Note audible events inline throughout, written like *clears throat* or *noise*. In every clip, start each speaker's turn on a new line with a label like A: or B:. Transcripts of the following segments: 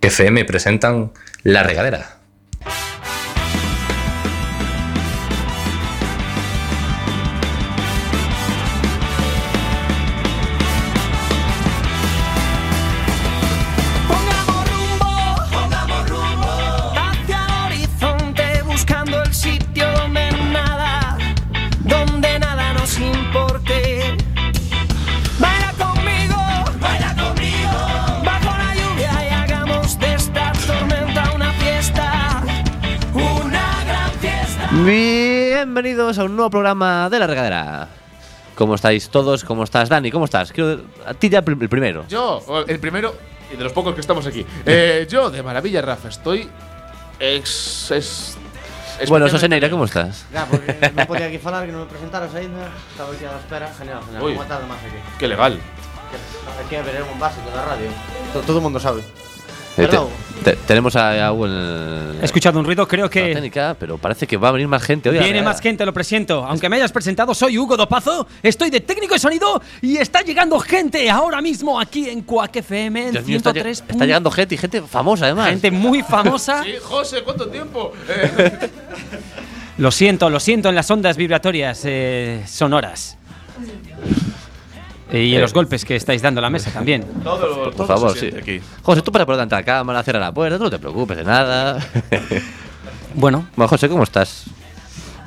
A: FM presentan La Regadera.
B: Pongamos rumbo, pongamos rumbo hacia el horizonte buscando el sitio donde nada, donde nada nos importe. Baila conmigo, baila conmigo bajo la lluvia y hagamos de esta tormenta una fiesta, una gran fiesta.
C: Bienvenidos a un nuevo programa de La Regadera. ¿Cómo estáis todos? ¿Cómo estás, Dani? ¿Cómo estás? Quiero a ti ya prim- el primero.
D: Yo, el primero y de los pocos que estamos aquí. Eh, yo, de maravilla, Rafa, estoy. Ex. es- es-
C: bueno, Soseneira, ¿cómo estás?
E: Ya, porque non podía aquí falar, que non me presentaros aínda Estaba aquí á espera, genial, genial,
D: Ui.
E: Ui. unha tarde máis aquí
D: Qué legal.
E: Que- Aquí a ver, é un básico da radio To- Todo o mundo sabe
C: Eh, te-
E: Perdón.
C: te- tenemos a, a Hugo en el-
F: He escuchado un ruido, creo
C: la
F: que
C: técnica, pero parece que va a venir más gente hoy. a la
F: viene
C: Regadera.
F: más gente, lo presiento. Aunque me hayas presentado, soy Hugo Dopazo, estoy de técnico de sonido y está llegando gente ahora mismo aquí en Quack FM en
C: Dios mío, está, lleg-
F: 103.
C: está llegando gente y gente famosa, además.
F: gente muy
G: Ah.
D: *laughs*
F: famosa.
D: Sí, José, ¿cuánto tiempo? Eh,
F: Lo siento, lo siento en las ondas vibratorias eh, sonoras. Y
C: Eh.
F: en los golpes que estáis dando a la mesa también.
D: *laughs* todo,
C: Por favor, sí. José, tú para por delante de la cámara, cierra la puerta, tú no te preocupes de nada. *laughs*
F: Bueno,
C: bueno, José, ¿cómo estás?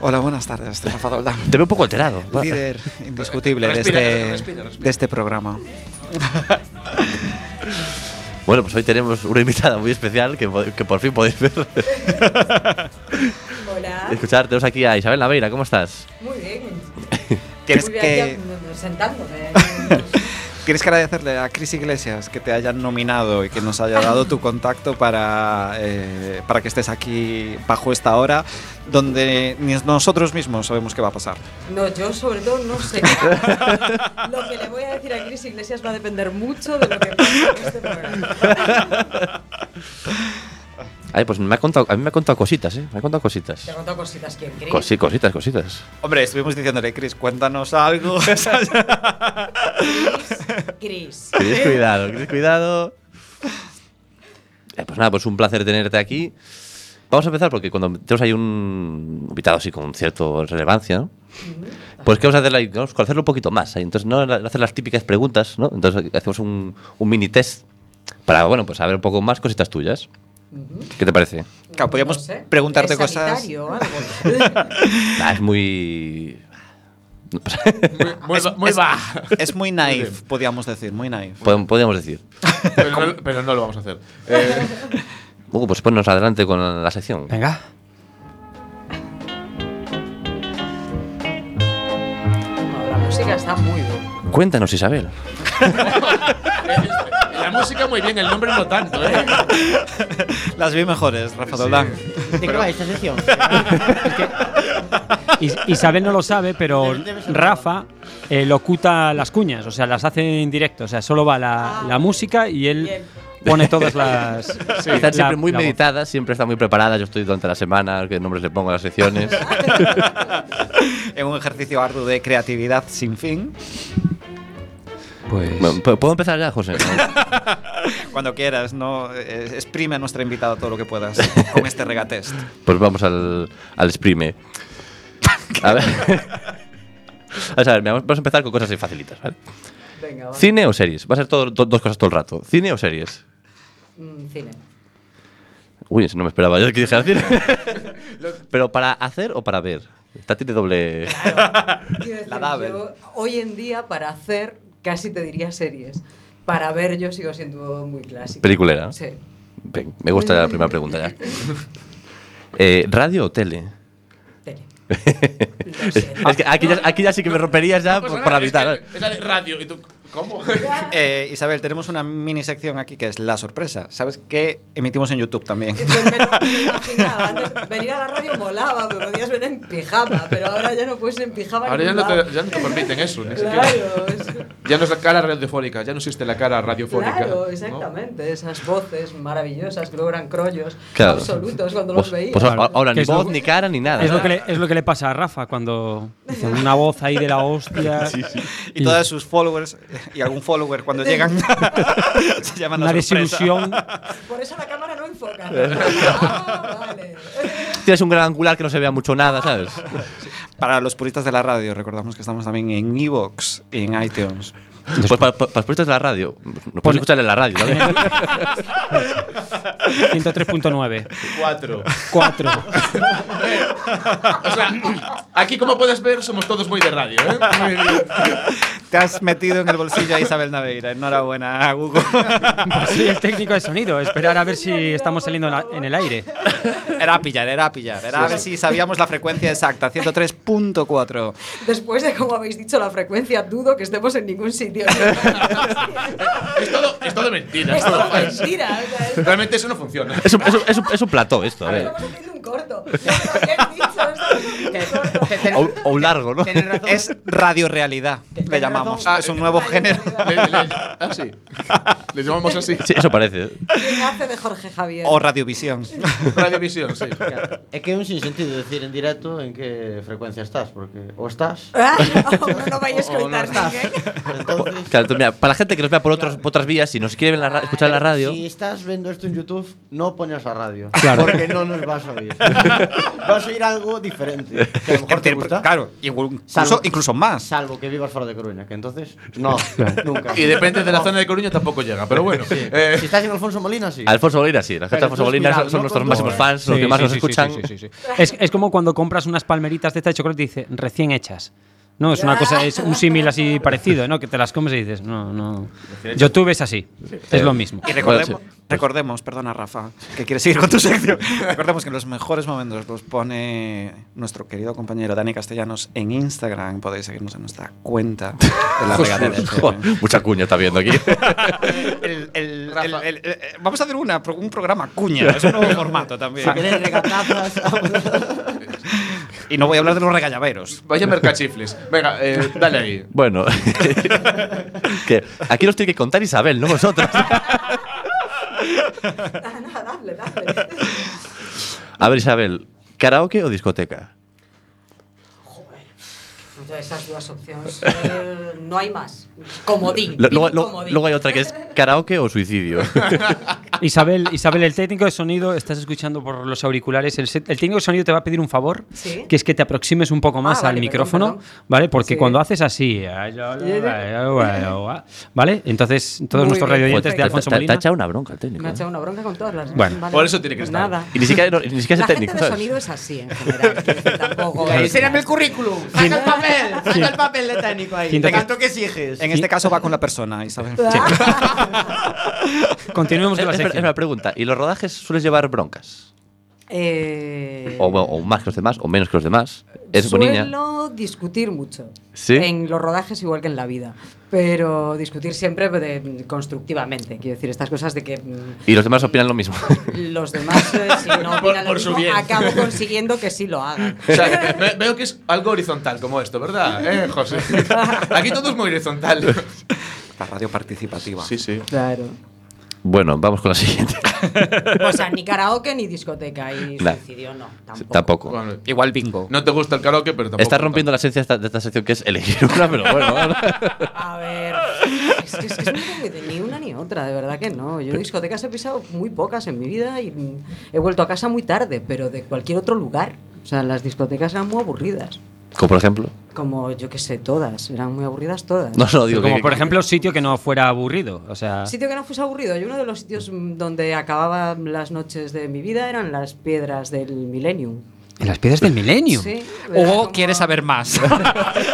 H: Hola, buenas tardes, Rafa Doldán.
C: Te veo un poco alterado.
H: Líder indiscutible
D: Respira,
H: de, este,
D: respira, respira.
H: de este programa.
C: Bueno, pues hoy tenemos una invitada muy especial que, po- que por fin podéis ver.
G: Hola,
C: Escuchar, tenemos aquí a Isabel Naveira, ¿cómo estás?
G: muy bien.
H: ¿Quieres
G: Muy bien,
H: que,
G: ya,
H: *laughs*
G: sentándome. ¿eh?
H: ¿Quieres que agradecerle a Cris Iglesias que te hayan nominado y que nos haya dado tu contacto para, eh, para que estés aquí bajo esta hora donde ni nosotros mismos sabemos qué va a
G: *laughs*
H: pasar?
G: No, yo sobre todo no
H: *laughs*
G: sé. Lo que le voy a decir a Cris Iglesias va a depender mucho de lo que pase en este programa.
C: Ay, pues me ha contado, a mí me ha contado cositas, ¿eh? Me ha contado cositas.
G: Te he contado cositas que increíble.
C: Cosi- cositas, cositas.
H: Hombre, estuvimos diciéndole, Cris, cuéntanos
G: *laughs*
H: algo.
G: Cris.
C: Tienes cuidado, tienes cuidado. Eh, pues nada, pues un placer tenerte aquí. Vamos a empezar porque cuando tenemos ahí un invitado así con cierta relevancia, ¿no? Pues que vamos a hacer ahí, vamos a conocerlo un poquito más. ahí. Entonces, no hacer las típicas preguntas, ¿no? Entonces hacemos un, un mini test para, bueno, pues saber un poco más cositas tuyas. ¿Qué te parece?
H: Claro, podríamos
G: No sé,
H: preguntarte
G: es
H: cosas.
G: sanitario o algo.
C: Ah, es muy...
D: Muy,
H: Es-
D: ba- muy
H: es-
D: va.
H: Es muy naif, podríamos decir, muy naif.
C: pod- Podríamos decir.
D: Pero no, pero no lo vamos a hacer. Eh,
C: Hugo, pues ponnos adelante con la sección.
F: venga.
G: No, la música está muy bien.
C: Cuéntanos, Isabel.
D: la música muy bien, el nombre no tanto, *laughs* ¿eh?
H: Las vi mejores, Rafa Doldán.
E: De que vai esta sección?
F: Is- Isabel no lo sabe, pero Rafa eh, locuta las cuñas, o sea, las hace en directo, o sea, solo va la,
G: Ah.
F: la música y él
G: Bien.
F: pone todas las...
C: Están
F: la-
C: siempre muy
F: la voz.
C: meditadas, siempre están muy preparadas. Yo estoy durante la semana, qué nombres le pongo a las secciones.
H: En un ejercicio arduo de creatividad sin fin.
F: Pues...
C: Bueno, ¿p- ¿Puedo empezar ya, José?
H: Cuando quieras, ¿no? Eh, Exprime a nuestra invitada todo lo que puedas con este regatest.
C: Pues vamos al, al exprime. A ver. *laughs* Vamos a ver, mira, vamos a empezar con cosas así facilitas, ¿vale?
G: Venga, va.
C: ¿Cine o series? Va a ser todo, do- dos cosas todo el rato. ¿Cine o series?
G: Mm, cine.
C: Uy, eso no me esperaba yo que dijera
F: *laughs*
C: cine. ¿Pero para hacer o para ver? Esta tiene doble...
G: Quiero decir,
H: La Dabel.
G: yo hoy en día, para hacer, casi te diría series. Para ver, yo sigo siendo muy clásico.
C: Peliculera.
G: Sí.
C: Ven, me gusta la primera pregunta
F: *laughs*
C: ya. Eh, ¿Radio o tele? *laughs*
G: Tele.
C: Es que aquí ya, aquí ya sí que me romperías
E: Ah,
C: ya
E: pues
C: por- para
D: evitar.
C: evitar.
D: Es la de radio. ¿Y tú? ¿Cómo?
H: Eh, Isabel, tenemos una mini sección aquí que es la sorpresa. ¿Sabes qué? Emitimos en YouTube también.
G: Pues me lo imaginaba. Antes venir a la radio molaba, porque podías venir en pijama, pero ahora ya no puedes ir en pijama. en
D: Ahora ya no,
G: ningún
D: te,
G: lado.
D: ya no te permiten eso, ni siquiera.
G: Claro, es-
D: Ya no es la cara radiofónica, ya no existe la cara radiofónica.
G: claro,
D: ¿no?
G: exactamente. Esas voces maravillosas que logran crollos
C: Claro.
G: absolutos cuando
C: Pues,
G: los veías.
C: pues
F: Claro.
C: ahora
F: Que
C: ni
F: es lo-
C: voz, ni cara, ni nada.
F: Es lo, que le, es lo que le pasa a Rafa cuando dice una voz ahí de la hostia.
H: Y todas sus followers y algún follower cuando
F: *laughs*
H: llegan se llaman
F: Una
H: la sorpresa.
F: desilusión.
G: Por eso la cámara no enfoca. Ah, vale. *laughs*
C: Tienes un gran angular que no se vea mucho nada,
F: *laughs*
C: ¿sabes?
H: Para los puristas de la radio, recordamos que estamos también en Evox y en iTunes.
C: Pues para, para los puestos de la radio, no
F: Pone-
C: puedes escuchar en la radio, ¿vale?
F: *laughs* 103.9.
D: Cuatro.
F: 4.
D: O sea, aquí como puedes ver somos todos muy de radio, ¿eh? Muy bien.
G: *laughs*
H: Te has metido en el bolsillo a Isabel Naveira. Enhorabuena a Google.
F: Pues Sí, el técnico de sonido. Esperar a ver si estamos saliendo en la- en el aire.
H: *laughs* Era a pillar, era a pillar. Era a ver si sabíamos la frecuencia exacta. 103.4.
G: Después de como habéis dicho la frecuencia, dudo que estemos en ningún sitio.
C: *laughs*
D: Es todo, es todo mentira. es
G: Es
D: todo
G: todo
D: falso.
G: mentira. o sea, es-
D: Realmente eso no funciona.
C: Es un, es un- es un- es un plató esto, ¿eh? a ver.
G: Estamos haciendo un corto. No, pero bien dicho, estamos haciendo un corto.
C: O, o un largo, ¿no?
E: Tienes razón. Ah,
H: Es radiorealidad, le llamamos.
D: razón.
H: es un
E: eh,
H: nuevo género.
D: Le- le- ah, sí. Les llamamos así.
C: Sí, eso parece.
G: ¿Quién hace de Jorge
E: eh.
G: Javier?
H: O radiovisión.
D: Radiovisión, sí.
E: Es que es un sinsentido decir en directo en qué frecuencia estás, porque o estás
G: Ah, no,
C: *laughs*
G: no vais a ¿eh?
E: o no
G: escoitar
E: estás.
G: ninguén.
C: Por-
E: Entonces,
C: claro, entonces, mira, para la gente que nos vea por, otros, por otras vías, si nos quiere ver en la ra- escuchar en la radio,
E: eh, Si estás viendo esto en YouTube, no pones a radio.
F: Claro.
E: Porque no nos vas
C: *laughs*
E: a oír. Vas a oír algo diferente. Que a lo mejor te gusta.
H: Claro, incluso,
E: Salvo-
H: incluso más.
E: Salvo que vivas fuera de Coruña, que entonces. No, nunca.
D: Y depende de la zona de Coruña tampoco llega,
A: *laughs*
D: pero bueno. Eh,
E: Si estás en Alfonso Molina, sí.
C: Alfonso Molina, sí, la gente de
E: Pero
C: Alfonso
E: tú
C: Molina son,
E: espiral,
C: son
E: ¿no?
C: nuestros
E: Con
C: máximos
E: todo,
C: fans, los que más nos escuchan.
F: Es, es como cuando compras unas palmeritas de esta de chocolate y dice recién hechas. No, es una cosa, es un símil así parecido, ¿no? Que te las comes y dices, no, no. YouTube es así, es lo mismo.
H: Y recordemos,
C: Bueno,
H: recordemos, perdona Rafa, que quieres seguir con tu sección. recordemos que los mejores momentos los pone nuestro querido compañero Dani Castellanos en Instagram. Podéis seguirnos en nuestra cuenta de la regadera.
C: Joder, *laughs* Mucha cuña está viendo
F: *laughs*
C: aquí.
H: El- el-
D: Rafa.
H: el- el- eh, vamos a hacer una, pro- un programa cuña, es
E: *laughs*
H: un nuevo formato también.
E: Si quieres regatazas.
H: *laughs* Y no voy a hablar de los regallaveros.
D: vaya mercachifles. Venga, eh, dale ahí.
C: Bueno, *laughs* que aquí nos tiene que contar Isabel, no vosotros.
G: Ah, no, dale, dale.
C: A ver, Isabel, ¿karaoke o discoteca?
G: Joder, esas dos opciones. eh, no hay más. Comodín.
C: Lo- Luego,
G: Pim,
C: luego-
G: comodín.
C: luego hay otra que es karaoke o
F: *laughs*
C: suicidio.
F: Isabel, Isabel, el técnico de sonido, estás escuchando por los auriculares. El, set- el técnico de sonido te va a pedir un favor,
G: Sí. Ah,
F: que es que te aproximes un poco más
G: vale,
F: al
G: perdón,
F: micrófono,
G: perdón.
F: ¿vale? Porque
G: Sí.
F: cuando haces así, ¿vale? Entonces, todos
G: Muy
F: nuestros
G: bien,
F: radioyentes de
G: perfecto.
F: Alfonso
C: Pues Te- te- Te ha
F: Molina.
C: echado una bronca el técnico.
G: *laughs* Me ha
C: ¿eh?
G: echado una bronca con todas las.
F: Bueno.
G: Vale,
D: Por eso tiene que estar.
G: Nada.
C: Y ni siquiera, no- ni siquiera
G: La
C: es el técnico.
G: gente de
C: ¿sabes?
G: sonido es así en general. quiero decir, Tampoco.
E: Enséñame el currículum. Saca el papel. Saca el papel de técnico ahí.
F: Ciento
E: ¿De
F: tres-
E: cuánto que exiges?
H: En este caso va con la persona, Isabel.
F: Continuemos
C: Es,
F: con la
C: es- es
F: sección.
C: una pregunta. ¿Y los rodajes sueles llevar broncas?
G: *laughs* Eh,
C: O, bueno, o más que los demás, o menos que los demás. Es boniña.
G: Suelo discutir mucho.
C: ¿Sí?
G: En los rodajes igual que en la vida. Pero discutir siempre de- constructivamente. Quiero decir, estas cosas de que mm,
C: Y los demás opinan lo mismo.
G: *laughs*
C: *laughs*
G: los demás, eh, si no
D: *laughs* Por-
G: opinan lo
D: por su
G: mismo,
D: bien.
G: acabo consiguiendo que sí lo hagan.
D: O sea, ve- ve- veo que es algo horizontal como esto, ¿verdad, eh, José? Aquí todo es muy horizontal.
H: La radio participativa.
D: sí.
G: Claro.
C: bueno, vamos con la siguiente.
G: O sea, ni karaoke ni discoteca. Y
C: Nah.
G: suicidio, no. Tampoco.
C: Tampoco.
D: Bueno,
H: Igual bingo.
D: no te gusta el karaoke, pero tampoco.
C: Estás rompiendo la esencia de esta, de esta sección que es elegir una, pero
D: *laughs*
C: bueno.
G: A ver, es que, es que es muy de ni una ni otra, de verdad que no. Yo discotecas he pisado muy pocas en mi vida y mm, he vuelto a casa muy tarde, pero de cualquier otro lugar. O sea, las discotecas eran muy aburridas.
C: Como por ejemplo.
G: Como yo que sé, todas, eran muy aburridas todas.
C: No, no, digo
F: Como
C: que-
F: por ejemplo, sitio que no fuera aburrido. O sea,
G: Sitio que no fuese aburrido. Yo uno de los sitios mm, donde acababa las noches de mi vida eran las piedras del Millennium.
F: en las piedras del milenio.
G: Sí, era
H: Hugo
G: como-
H: quiere
E: *laughs*
H: saber más. *laughs*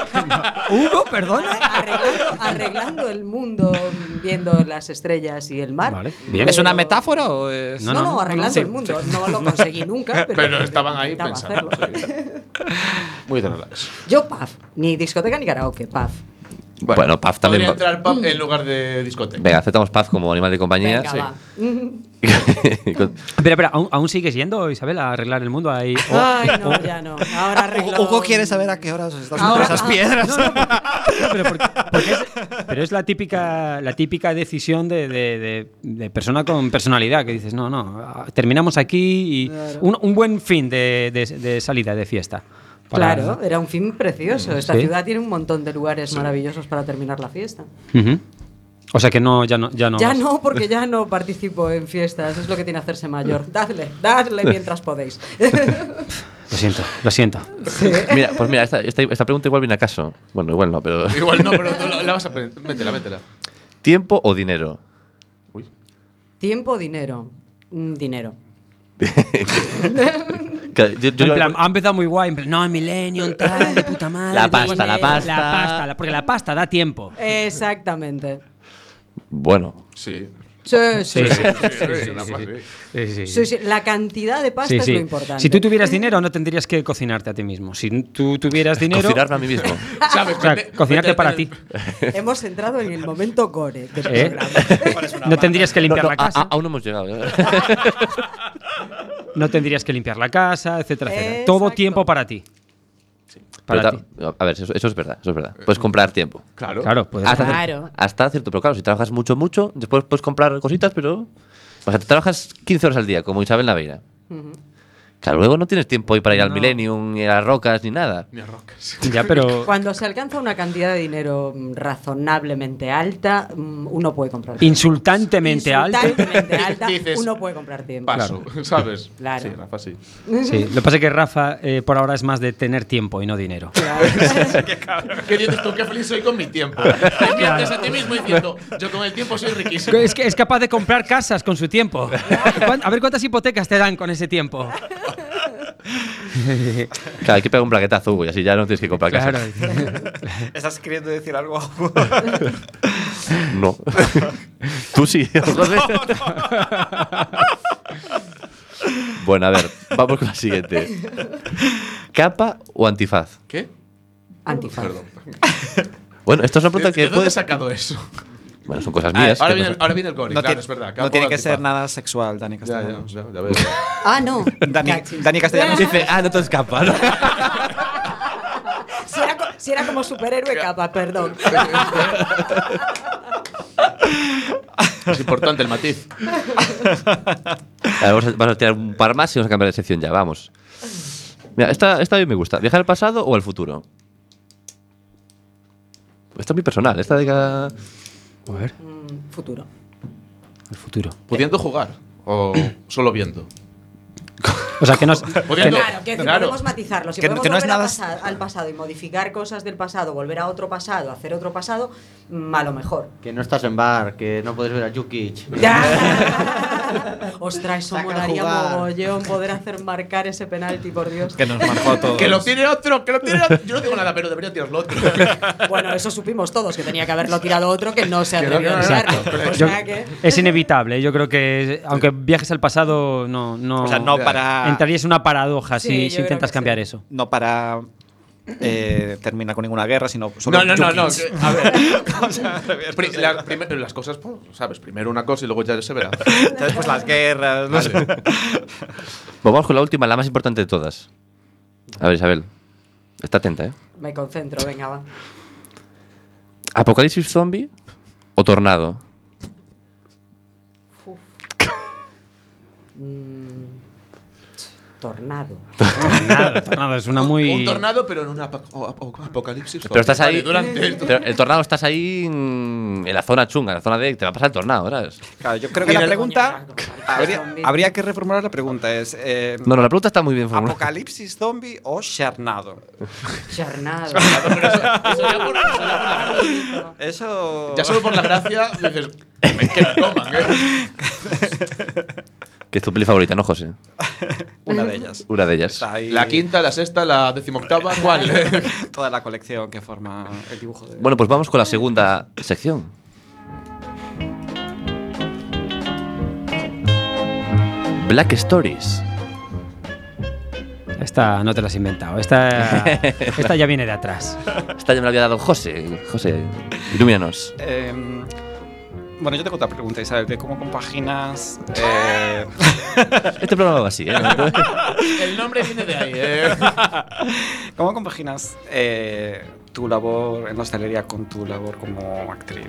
F: Hugo, perdona.
G: Arreglando, arreglando el mundo, mm, viendo las estrellas y el mar.
F: Vale, bien.
H: ¿Es una
G: Pero-
H: metáfora o eh? es.?
G: No, no, arreglando
H: Sí,
G: el mundo. No lo conseguí nunca, pero,
D: Pero estaban ahí
G: intentaba
D: pensando.
G: hacerlo.
D: sí. Muy de relax.
G: *laughs* Yo, paf. Ni discoteca ni karaoke, paf.
C: Bueno, Paz también.
D: Podría
C: va-
D: entrar pub en lugar de discoteca.
C: Venga, aceptamos Paz como animal de compañía.
G: Venga,
D: sí.
G: va.
C: *laughs* Con-
F: Espera, espera, ¿aún, aún sigues yendo, Isabel, a arreglar el mundo ahí? O-
G: Ay, no, ya Ah. no. Ahora arreglo...
H: Hugo, Ah, Hugo quiere saber a qué horas estás
G: Ahora-
H: con esas piedras.
F: No, no, porque- no, pero, porque- porque es, pero es la típica, la típica decisión de, de- de- de persona con personalidad que dices, no, no, ah, terminamos aquí y un, un buen fin de, de- de salida de fiesta. para-
G: Claro, era un film precioso. Esta
F: Sí.
G: ciudad tiene un montón de lugares maravillosos para terminar la fiesta.
F: Ujú. O sea que no, ya no. Ya no.
G: ya
F: vas.
G: no, porque ya no participo en fiestas. Es lo que tiene hacerse mayor. Dadle, dadle mientras podéis.
F: Lo siento, lo siento.
C: Mira, pues mira, esta, esta- esta pregunta igual viene acaso. Bueno, igual no, pero.
D: Igual no, pero tú la, la vas a aprender. Métela, métela.
C: ¿Tiempo o dinero?
G: Tiempo, o dinero. Mm, Dinero.
C: Que yo- yo-
F: En plan, ha empezado muy guay. en plan, no, *laughs* Millennium, tal, de puta madre.
C: La
F: tal,
C: pasta, la
F: eh,
C: pasta.
F: La pasta, la- porque la pasta da tiempo.
G: Exactamente.
C: Bueno,
D: Sí.
G: Sí,
F: Sí,
G: sí.
F: sí,
D: sí,
F: sí,
D: sí.
F: sí, sí, sí.
G: Sí, sí, La cantidad de pasta
F: Sí,
G: es
F: sí.
G: lo importante.
F: Si tú tuvieras dinero, no tendrías que cocinarte a ti mismo. Si tú tuvieras dinero.
C: cocinarme a mí mismo.
D: ¿Sabes?
F: o sea,
D: Vete-
F: cocinarte
D: vete-
F: para
D: vete-
F: ti.
G: Hemos entrado en el momento gore del
F: ¿eh? *laughs*
G: programa.
F: No tendrías que limpiar
C: No, no,
F: la
C: a-
F: casa.
C: a- aún no hemos llegado. ¿eh?
F: No tendrías que limpiar la casa, etcétera, etcétera.
G: Eh, Exacto.
F: Todo tiempo para ti. Para
C: Pero
F: ti.
C: ta- A ver, eso, eso es verdad, eso es verdad. Puedes comprar tiempo.
D: Claro.
F: Claro, puedes.
C: Hasta,
G: Claro.
C: hasta cierto, pero claro, si trabajas mucho, mucho, después puedes comprar cositas, pero. O sea, te trabajas 15 horas al día, como Isabel Naveira. Claro, luego no tienes tiempo hoy para ir al
F: No.
C: Millennium, ni a las rocas, ni nada.
D: Ni a rocas.
F: Ya, pero.
G: *laughs* Cuando se alcanza una cantidad de dinero mm, razonablemente alta, mm, uno puede comprar.
F: Insultantemente alto.
G: Insultantemente alta,
D: Dices,
G: uno puede comprar tiempo.
D: Paso, *laughs* ¿sabes?
G: Claro.
D: Sí, Rafa, sí.
F: Sí, lo que pasa es que Rafa eh, por ahora es más de tener tiempo y no dinero.
D: ¿Qué dices tú? Qué feliz soy con mi *laughs* tiempo. Te mientes a ti mismo diciendo, yo con el tiempo soy riquísimo.
F: Es, que es capaz de comprar casas con su tiempo. ¿Cuán- A ver cuántas hipotecas te dan con ese tiempo.
C: Claro, hay que pegar un plaquetazo, Hugo, y así ya no tienes que comprar casa.
F: Claro.
H: ¿Estás queriendo decir algo?
C: No. *laughs* Tú sí. bueno, a ver, vamos con la siguiente. ¿Capa o antifaz?
D: ¿Qué?
G: Antifaz.
D: Perdón.
C: Bueno, esto es una pregunta
D: ¿De
C: que
D: dónde he
C: puedes.
D: sacado eso?
C: Bueno, son cosas
D: Ah,
C: mías.
D: ahora,
C: que
D: viene,
C: no-
D: ahora viene el gore,
H: *laughs* no
D: claro,
H: tiene,
D: es verdad.
H: no tiene que ser
D: nada.
H: nada sexual, Dani
D: Ya, ya,
H: Castellanos.
D: ya, ya ves.
G: Ah, no.
H: Dani,
G: Cachis.
H: Dani
G: *laughs*
H: Castellanos
C: Dice,
E: *laughs*
C: ah, no te escapas. ¿no?
G: Si era, co- si era como superhéroe capa, perdón.
D: es importante el matiz.
C: Ahora vamos, a, vamos a tirar un par más y vamos a cambiar de sección ya, vamos. Mira, esta, esta a mí me gusta. ¿Viajar al pasado o al futuro? Esta es muy personal. Esta de cada...
F: A ver,
G: Mm, Futuro.
F: el futuro.
D: ¿Pudiendo jugar o solo viendo?
F: *laughs* O sea, que no. es-
D: Pudiendo,
G: Claro, que podemos matizarlo. Si
H: Que no-
G: podemos
H: que no es
G: volver a
H: nada-
G: pasar al pasado y modificar cosas del pasado, volver a otro pasado, hacer otro pasado, mm, a lo mejor.
E: Que no estás en bar, que no puedes ver a *laughs* Jukic.
G: Ostras, eso
E: Saca a
G: molaría
E: jugar.
G: mogollón poder hacer marcar ese penalti, por
H: *laughs*
G: Dios.
H: que nos marcó a todos.
D: Que lo tiene otro, que lo tiene otro. Yo no digo nada, pero debería tirarlo *laughs* otro.
G: Bueno, eso supimos todos, que tenía que haberlo tirado otro que no se
D: Que no,
G: atrevió a
D: no, no,
G: tirarlo.
D: no.
G: O
F: yo-
G: sea que-
F: es inevitable. Yo creo que aunque viajes al pasado, no. no
H: O sea, no para.
F: Entrarías en una paradoja
G: Sí,
F: si,
G: yo
F: si
G: creo
F: intentas
G: que
F: cambiar
G: sí.
F: eso.
H: No para. eh, terminar con ninguna guerra, sino solo.
D: No, no, no, no.
H: yukis. *laughs*
D: que- a ver. Pri- la- primer- las cosas, pues, ¿sabes? Primero una cosa y luego ya se verá.
H: Ya Después pues, las guerras. no sé.
D: Vale.
C: Vamos con la última, la más importante de todas. A ver, Isabel. Está atenta, ¿eh?
G: Me concentro, venga, va.
C: ¿Apocalipsis zombie o tornado?
G: Mm, Tornado.
F: Tornado, tornado, es una muy.
D: Un tornado, pero en un apa- o- o- apocalipsis.
C: Pero estás
D: Vale,
C: ahí.
D: Durante esto.
C: pero el tornado estás ahí mm, en la zona chunga, en la zona de. Te va a pasar el tornado, ¿sabes?
H: Claro, yo creo que la
G: Mira,
H: pregunta.
G: coño, Franco,
H: Habría,
G: zombie.
H: habría que reformular la pregunta. Es. eh,
C: No, no, la pregunta está muy bien formulada.
H: ¿Apocalipsis zombie o charnado?
G: Charnado.
D: Eso ya por- eso ya por la-
H: Eso.
D: Ya solo por la gracia dices, "Me- que me coman, ¿eh?
C: Que es tu peli favorita, ¿no, José?
H: Una de ellas.
C: Una de ellas.
H: Está ahí
D: La quinta, la sexta, la decimoctava, ¿cuál? *laughs*
H: Toda la colección que forma el dibujo de.
C: Bueno, pues vamos con la segunda sección. Black Stories.
F: Esta no te la has inventado. Esta, esta ya viene de atrás.
C: Esta ya me la había dado José. José, ilumínanos.
H: Eh, bueno, yo tengo otra pregunta, Isabel, de cómo compaginas.
D: ¡Ah!
H: eh,
C: Este programa va así, ¿eh? *laughs*
D: El nombre viene de ahí, ¿eh?
H: ¿Cómo compaginas eh, tu labor en la hostelería con tu labor como actriz?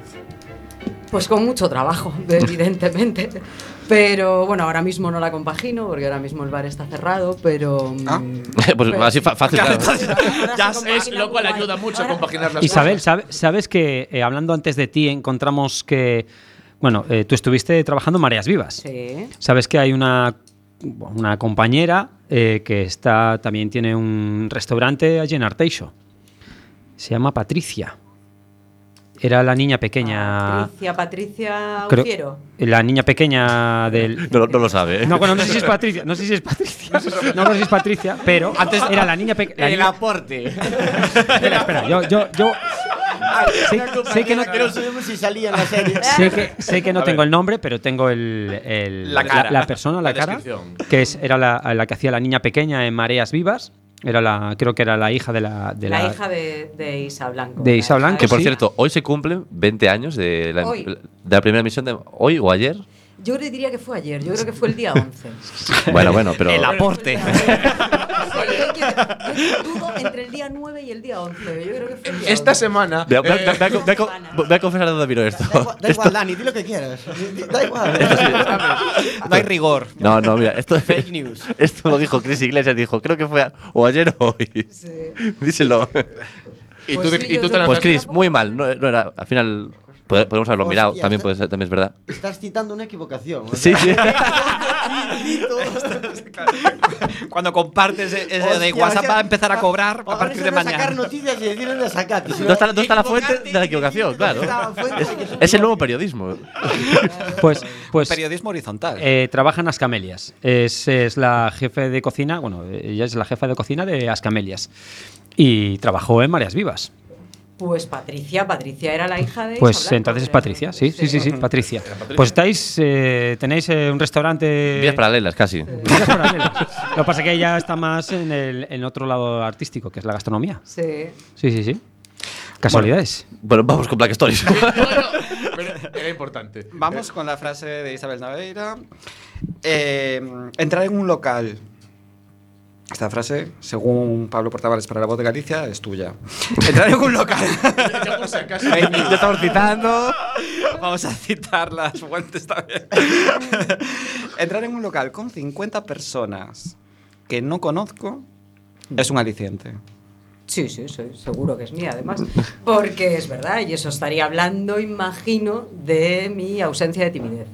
G: Pues con
D: *laughs*
G: mucho trabajo, evidentemente. Pero bueno, ahora mismo no la compagino porque ahora mismo el bar está cerrado, pero.
D: *laughs*
H: Ah.
G: mm,
C: pues
G: pero-
C: así fa- fácil, claro.
G: *laughs* Ahora
D: Ya
G: se
D: es
G: compagina
D: lo cual
G: guay.
D: ayuda mucho a
G: Ahora-
D: compaginar las
F: Isabel,
D: cosas.
F: sabe- sabes que eh, hablando antes de ti encontramos que, bueno, eh, tú estuviste trabajando en Mareas Vivas.
G: Sí.
F: Sabes que hay una, una compañera eh, que está, también tiene un restaurante allí en Arteixo. Se llama Patricia. Era la niña pequeña.
G: Patricia, Ah, Patricia
F: creo-
G: Ujiero.
F: la niña pequeña *laughs* del.
C: No, lo- no lo sabe. ¿eh?
F: No, bueno, no sé si es Patricia, no sé si es Patricia, no sé si es Patricia, pero antes era la niña pequeña.
E: El aporte.
F: Espera, espera, yo, yo, yo sé, sé que no,
E: *laughs* que no sabemos si salía en la serie.
F: sé que, sé que no tengo el nombre, pero tengo el, el-
D: La cara.
F: la persona, la,
D: La
F: cara,
D: descripción.
F: que es, era la, la que hacía la niña pequeña en Mareas Vivas. Era la, creo que era la hija de la, de
G: la,
F: la-
G: hija de, de Isa Blanco.
F: de
G: la
F: Isa
G: hija
F: Blanco,
C: Que por
F: Sí.
C: cierto, hoy se cumplen 20 años de la,
G: Hoy.
C: de la primera misión de hoy o ayer.
G: Yo le diría que fue ayer, yo creo que fue el día
D: *laughs*
G: 11.
C: Bueno, bueno, pero
H: El apo- Porte.
G: Yo creo que- yo dudo entre el día 9 y el día 11. Yo creo que fue el día
D: Esta
G: 11.
D: semana.
C: Voy a- voy a-
D: eh,
C: voy a- voy a- voy a confesar dónde vino esto.
E: Da igual, da
C: Esto-
E: igual, Dani, di lo que quieras. Da igual.
H: No hay rigor.
C: No, no, mira, esto
E: Fake news.
C: Esto lo dijo Chris Iglesias, dijo, creo que fue a- o ayer o hoy. *laughs*
G: Sí.
C: Díselo.
D: y tú,
G: Pues
D: te-
G: sí,
D: y
G: yo
D: tú te
G: creo-
C: Pues
D: lanzas-
C: Chris, muy mal, no, no era, al final pod- podemos haberlo mirado,
E: Hostia,
C: también
E: esto-
C: puede ser, también es verdad.
E: Estás citando una equivocación. o
C: Sí, sí.
E: sea,
H: *laughs* Cuando compartes eh, eh, de
E: hostia, o
H: WhatsApp
E: sea,
H: va a empezar a cobrar a
E: ahora
H: partir
E: se
H: de
E: van a sacar
H: mañana.
E: noticias y decir un desacate. Si
C: *laughs* No está, no está la fuente de la equivocación, claro. Es, es el nuevo periodismo.
F: Pues, pues
H: Periodismo horizontal.
F: eh, trabaja en Ascamelias. Es, es la jefe de cocina, bueno, ella es la jefa de cocina de Ascamelias. Y trabajó en Mareas Vivas.
G: Pues Patricia, Patricia era la hija de Isa
F: Pues
G: Blanco,
F: entonces es
G: creo.
F: Patricia, sí, sí, sí, sí, Patricia. Pues estáis, eh, tenéis eh, un restaurante.
C: Vías paralelas, casi.
F: Vidas paralelas. Lo que pasa es que ella está más en el en otro lado artístico, que es la gastronomía.
G: Sí.
F: Sí, sí, sí. Casualidades.
C: Bueno, vamos con Black *laughs* Stories.
D: Pero era importante.
H: Vamos con la frase de Isabel Naveira. Eh, entrar en un local. Esta frase, según Pablo Portavales para la voz de Galicia, es tuya. Entrar en un local.
D: Ya por si acaso.
H: *laughs* Ya estamos citando. Vamos a citar las fuentes también. *laughs* Entrar en un local con 50 personas que no conozco es un aliciente.
G: Sí, sí, sí, seguro que es mía, además. Porque es verdad, y eso estaría hablando, imagino, de mi ausencia de timidez,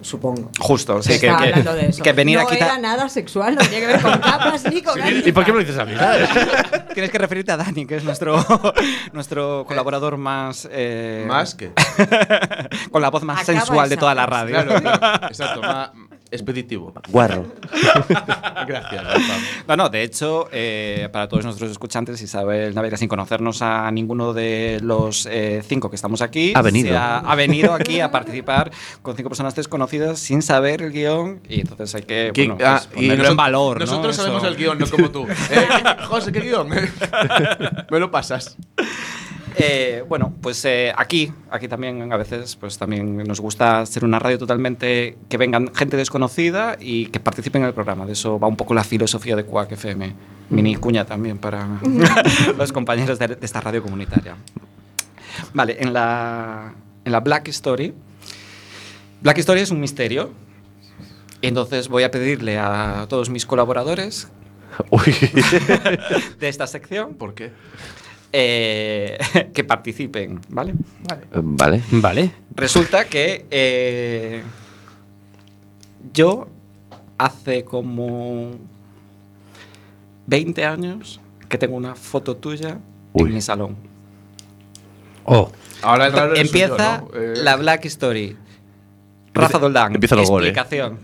G: supongo.
H: Justo, sí, que,
G: Estaba
H: que-
G: hablando de eso.
H: que venir
G: no
H: a quitar.
G: era nada sexual, no tenía que ver con capas ni con nada.
C: ¿Y por qué me lo dices a mí? sabes?
H: Tienes que referirte a Dani, que es nuestro, *laughs* nuestro colaborador más. eh,
D: Más que.
H: *laughs* con la voz más
G: Acaba
H: sensual de
G: esa
H: toda la
G: frase.
H: radio.
D: Claro, claro. Exacto, más expeditivo.
C: Guarro.
D: Gracias, Rafa.
H: No, no, de hecho, eh, para todos nuestros escuchantes, Isabel Naveira, sin conocernos a ninguno de los eh, cinco que estamos aquí,
C: Ha venido.
H: se ha, ha venido aquí a participar con cinco personas desconocidas sin saber el guión y entonces hay que
D: ¿Qué-
H: bueno,
D: ah,
H: pues, ponerlo
D: nos-
H: en valor. ¿no?
D: Nosotros
H: Eso.
D: sabemos el guión, no como tú. Eh, José, ¿qué guión? Me lo pasas.
H: Eh, bueno, pues eh, aquí, aquí también a veces, pues también nos gusta ser una radio totalmente que vengan gente desconocida y que participen en el programa. De eso va un poco la filosofía de Quack FM. Mini cuña también para los compañeros de, de esta radio comunitaria. Vale, en la, en la Black Story. Black Story es un misterio. Y entonces voy a pedirle a todos mis colaboradores
C: Uy.
H: de esta sección
D: ¿Por qué?
H: eh, *laughs* que participen, ¿vale?
C: *laughs* Vale.
F: Vale.
H: Resulta que eh, yo hace como 20 años que tengo una foto tuya
C: Uy.
H: en mi salón.
F: Oh.
D: Ahora el raro eres
H: Empieza
D: yo, ¿no? Eh,
H: la Black Story. Rafa Doldán.
C: empieza lo gore.
H: Explicación.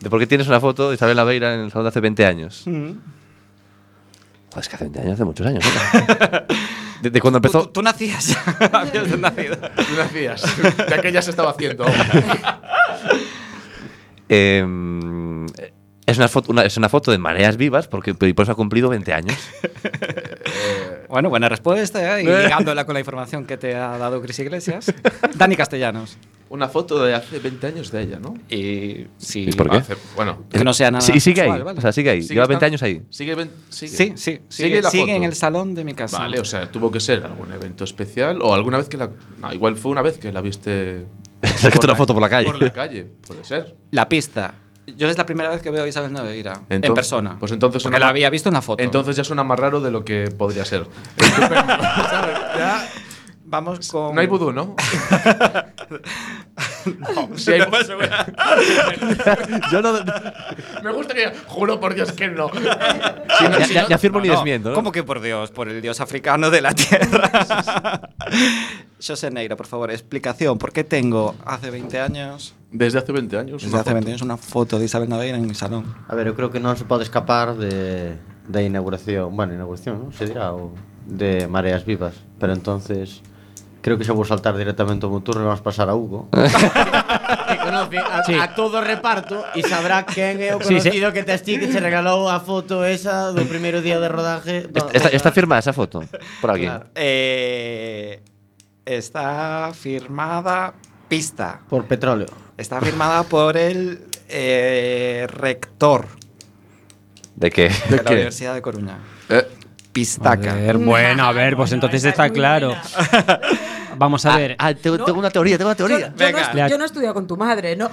C: ¿De por qué tienes una foto de Isabel Aveira en el salón de hace 20 años? Joder, es que hace 20 años, hace muchos años.
H: *laughs*
C: ¿eh? ¿De, de cuando
H: Tú,
C: empezó?
H: tú nacías. *laughs* Habías nacido.
D: Tú nacías. De aquella se estaba haciendo. aún.
C: Eh, es, una foto, una- es una foto de mareas vivas porque y por eso ha cumplido 20 años.
H: Bueno,
C: Eh.
H: buena respuesta. ¿eh? Y ligándola con la información que te ha dado Cris Iglesias. Dani Castellanos.
D: una foto de hace 20 años de ella, ¿no?
H: Y sí.
C: ¿Y por qué?
D: Hace- bueno.
H: *laughs* Que no sea nada.
C: Sí, sigue ahí.
D: Vale, vale.
C: O sea, sigue ahí.
D: Sigue
C: Lleva
D: estando-
C: 20 años ahí.
D: Sigue, ven- sigue.
H: Sí, sí. Sigue,
D: la
H: sigue
D: foto.
H: en el salón de mi casa.
D: Vale, o sea, tuvo que ser algún evento especial o alguna vez que la. no, igual fue una vez que la viste.
C: Sacaste una foto por la calle.
D: Por la calle, puede ser.
H: La pista. Yo es la primera vez que veo a Isabel Naveira en
D: Entonces-
H: persona.
D: pues entonces
H: Porque
D: una-
H: la había visto en la foto. *laughs*
D: Entonces ya suena más raro de lo que podría *laughs* ser. Estupendo, ¿sabes? Ya-
H: vamos con.
D: No hay vudú, *laughs*
H: *laughs*
D: ¿no? Si hay-
C: Yo no.
D: Me gustaría. Juro por Dios que no.
C: ya, ya- ya firmo ni
H: *laughs* No, no.
C: desmiento. ¿no?
H: ¿Cómo que por Dios? Por el Dios africano
D: *laughs*
H: de la tierra. *laughs* José Neira, por favor, explicación. ¿Por qué tengo hace 20 años,
D: Desde hace 20 años.
H: desde
D: una
H: hace
D: foto.
H: 20 años, una foto de Isabel Naveira en mi salón?
E: A ver, eu creo que non se pode escapar de, da inauguración, bueno, inauguración, non? Se dirá, o de Mareas Vivas. Pero entonces, creo que xa vou saltar directamente ao Muturro e vamos pasar a Hugo. *laughs* que conoce a,
F: Sí.
E: a todo o reparto e sabrá quen é o
F: Sí, sí.
E: conocido que te esti que che regalou a foto esa do primeiro día de rodaje. do-
C: Está, está firmada esa foto. Por aquí.
E: Claro.
H: Eh, está firmada pista.
E: Por petróleo.
H: Está firmada por el eh, rector
C: ¿De qué?
H: de la Universidad de Coruña.
D: Eh,
H: Pistaca.
F: A ver, bueno, a ver, pues
G: Bueno,
F: entonces
G: esa es
F: está
G: muy
F: claro.
G: buena.
F: Vamos a ver.
C: Ah, tengo, tengo una teoría, tengo una
G: Yo,
C: teoría.
G: yo no,
H: Venga.
G: estu- yo no he estudiado con tu
H: *laughs*
G: madre, ¿no?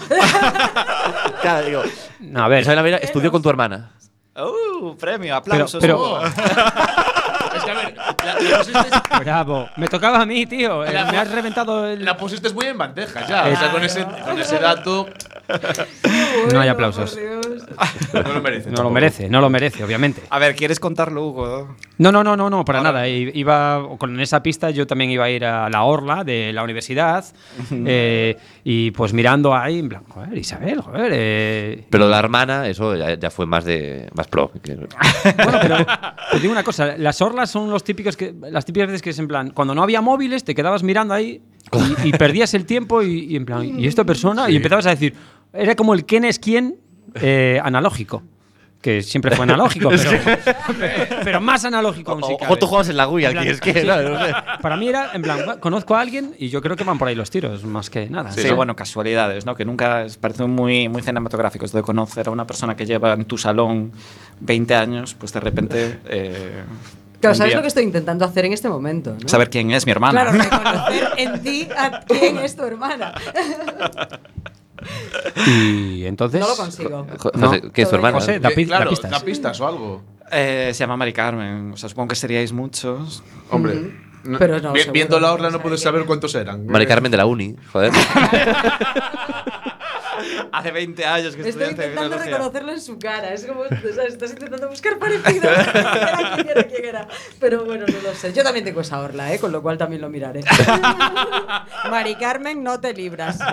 C: Claro, digo.
F: A
C: Isabel
F: ver,
C: Naveira estudió con tu hermana.
H: ¡Uh! Premio,
F: pero,
H: aplausos.
F: pero-
D: es que a ver, la, la pusiste,
F: bravo. Me tocaba a mí, tío. Eh,
D: La-
F: Me has reventado el.
D: la pusiste muy en bandeja ya. O sea, con ese, con ese dato.
F: No hay aplausos.
H: Ah,
D: No lo merece.
F: No lo merece, no lo merece, obviamente.
H: A ver, ¿quieres contarlo, Hugo?
F: No, no, no, no, no, para nada. I- Iba con esa pista, yo también iba a ir a la orla de la universidad eh, y pues mirando ahí, en plan, joder, Isabel, joder. eh,
C: Pero la hermana, eso ya, ya fue más de más pro.
H: *laughs*
C: que-
F: *laughs* Bueno, pero te digo una cosa, las orlas son los típicos que, las típicas veces que es en plan, cuando no había móviles te quedabas mirando ahí y, y perdías el tiempo y, y en plan, ¿y esta persona? Y empezabas a decir, era como el quién es quién eh, analógico, que siempre fue
C: *laughs*
F: analógico, pero, pero más analógico aún
C: O,
F: si
C: o tú
F: cabe.
C: juegas en la Wii
F: En
C: aquí,
F: plan,
C: es que.
F: sí.
C: no,
H: *laughs*
C: no sé.
F: Para mí era, en plan, "Bueno, conozco a alguien y yo creo que van por ahí los tiros, más que nada.
H: Sí, bueno, casualidades, ¿no? Que nunca es- parece muy, muy cinematográfico esto de conocer a una persona que lleva en tu salón 20 años, pues de repente. eh,
G: Claro,
H: un
G: ¿sabes
H: día-
G: lo que estoy intentando hacer en este momento? ¿no?
H: Saber quién es mi hermana.
G: Claro, reconocer en ti a quién es tu hermana.
F: Y entonces...
G: No lo consigo.
C: Jo-
H: No.
C: José, ¿Qué es tu hermana?
F: José, da,
D: Eh,
F: pi- da
D: claro,
F: pistas.
D: da pistas o algo.
H: *laughs* Eh, se llama Mari Carmen. O sea, supongo que seríais
G: *laughs*
H: muchos. *laughs*
D: Hombre.
G: Pero no,
D: vi-
G: seguro.
D: viendo la orla Mm-hmm. no puedes saber cuántos eran. Eh,
C: Mari
D: *laughs*
C: Carmen de la Uni, *laughs* joder.
H: Hace 20 años que
G: Estoy
H: estudiaste
G: intentando
H: biología.
G: reconocerlo en su cara. Es como, o sea, estás intentando buscar parecido. ¿Quién *laughs* era, quién era, quién era? Pero bueno, no lo sé. Yo también tengo esa orla, ¿eh? con lo cual también
H: *laughs*
G: lo miraré. Mari Carmen, no te libras.
H: *laughs*